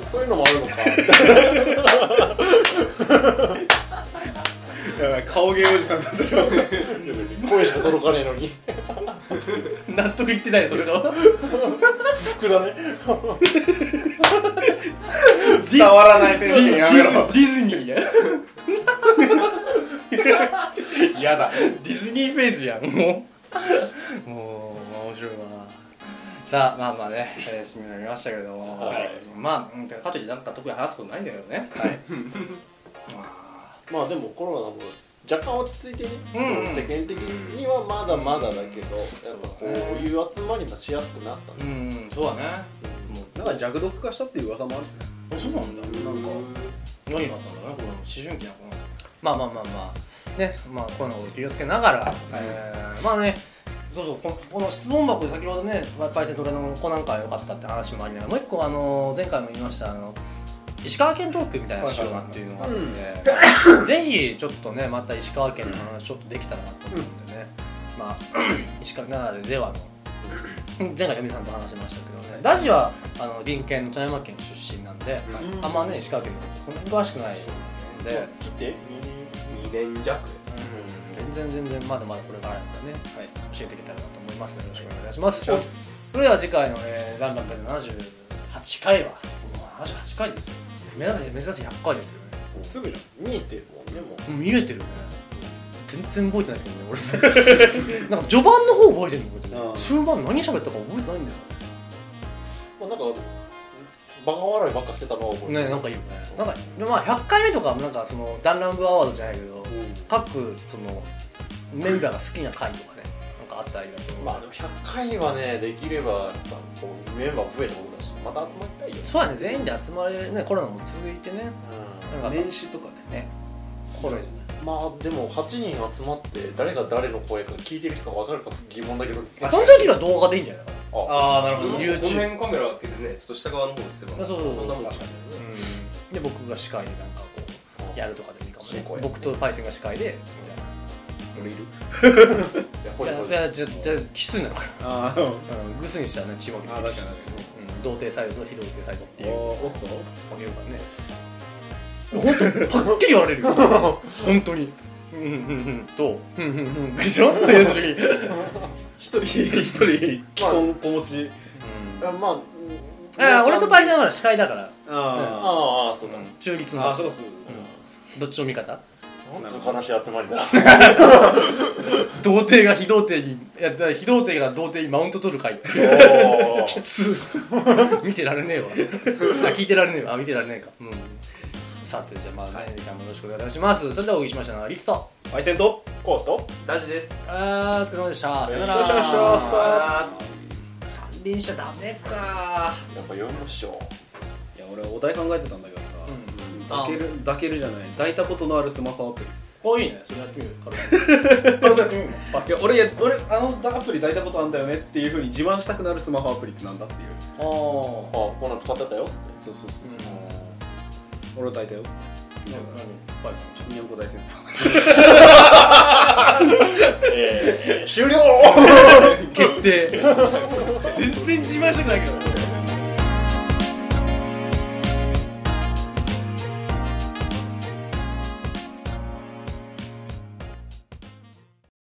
S2: そういうのもあるのかやばい顔芸おじさんだったよ
S3: 声しか届かねえのに
S1: 納得いってないそれが
S3: 服だね
S2: 伝わらない
S1: デ
S2: 選
S1: ィズ
S2: 手
S1: デ
S2: やめろ
S1: ィズニーや
S2: 嫌だ
S1: ディズニーフェイスじゃんもうもう、まあ面白いなさあまあまあね、えー、新聞読みましたけれども、
S3: はい
S1: まあうんてかかといってなんか特に話すことないんだけどねはい
S2: まあでもコロナの方若干落ち着いてね、
S1: うんうん
S2: 世間的にはまだまだだけど、やっぱこういう集まりもしやすくなっ
S1: う
S2: たね、
S1: んそうだねもう
S2: なんか弱毒化したっていう噂もある
S1: あそうなんだなんか何があったんだろうねこの思春期なのかなまあまあまあまあねまあこういうのを気をつけながら、えーまあねそうそうここの質問箱で先ほどねパイセントレの子なんか良かったって話もありながらもう一個あの前回も言いましたあの石川県トークみたいなしようなっていうのがあるんで、 ぜひちょっとねまた石川県の話ちょっとできたらなと思うんでね、まあ石川ならではの前回ヤミさんと話しましたけどねダジはあの隣県の富山県出身なんで、あんまね石川県のこと詳しくないんで、
S3: 来て
S4: 2年弱
S1: 全然全然まだまだこれからやからね、はい、教えていけたらなと思いますのでよろしくお願いしますそれでは次回の、えー、ランランペン78回はもう78回ですよ目指せ目指せ100回ですよね
S2: すぐじゃん見えてるもんねもう
S1: もう見えてるね全然覚えてないけどね 俺なんか序盤の方覚えてるんだけ
S2: う
S1: ど
S2: ん
S1: 終盤何喋ったか覚えてないんだよ
S3: まあなんかバカ笑いばっかしてたのは覚えてる
S1: ねなんかいいよねなんかでもまあ100回目とかはなんかそのダンランブアワードじゃないけど各そのメンバーが好きな回とかねなんかあったらいいなと思う、
S3: まあでも100回はねできればやっぱこうメンバー増えるもんだしまた集まりたいよ
S1: そうやね全員で集まれねコロナも続いてねなんか
S2: 年始とかね
S1: ねコロナじゃない
S3: まあでも8人集まって誰が誰の声か聞いてる人が分かるか疑問だけど
S1: その時は動画でいいんじゃないかな
S2: ああなる
S4: この
S1: YouTube
S4: 面カメラつけてねちょっと下側の方にすれば
S1: そうそうそう
S4: こんなもんしかないね
S1: で僕が司会でなんかこうやるとかでもいいかも
S3: 進行
S1: ね
S3: や
S1: 僕とパイセンが司会で
S3: 俺いるいや
S1: み
S3: ほい
S1: たい
S3: ほ
S1: ないいやいやじゃじゃ奇数になるか
S2: あー
S1: ら、うん、グスにしたらねチーム分け
S2: あー確かに確かに
S1: うん、童貞サイドと非童貞サイドっていう
S2: おーおっ
S1: 分
S2: と
S1: けようからね本当はっきり言われるよ 本当にうんうんうんどううんうんうんでしょっていう時に
S2: 一人一人基本子持ち
S3: あまあ
S1: あ俺とパイセンはほら司会だから、
S2: あ
S3: ああそうだ
S1: うん中立
S2: ー
S1: の
S2: あーそうそう
S1: どっちの味方
S3: なんつう悲しい集まりだ
S1: 童貞が非童貞にいやだから非童貞が童貞にマウント取る回っていう
S3: おー
S1: きつ見てられねえ わあ聞いてられねえわあ見てられねえかうんさてじゃあまあね、時間もよろしくお願いしますそれではお聞きしましたのはリツと
S2: パイセント
S3: コート
S4: 大事です
S1: あーお疲れ様でしたさよな
S3: お疲れ様でした
S1: ら三輪車ダメか
S3: やっぱ読みましょ
S2: いや俺お題考えてたんだけどさ、
S1: うん
S2: 抱ける抱けるじゃない抱いたことのあるスマホアプリ
S1: おいいねそれやってみる軽く軽くやってみる
S2: いや俺や俺あのアプリ抱いたことあんだよねっていうふうに自慢したくなるスマホアプリってなんだっていう
S1: あー
S3: うあこんなの使ってたよ
S2: そうそうそう
S1: そうそう
S2: 俺は抱いたよ
S1: なんか何バイソン
S2: 日本語大戦争
S3: えー終了
S1: 決定全然自慢したくないけど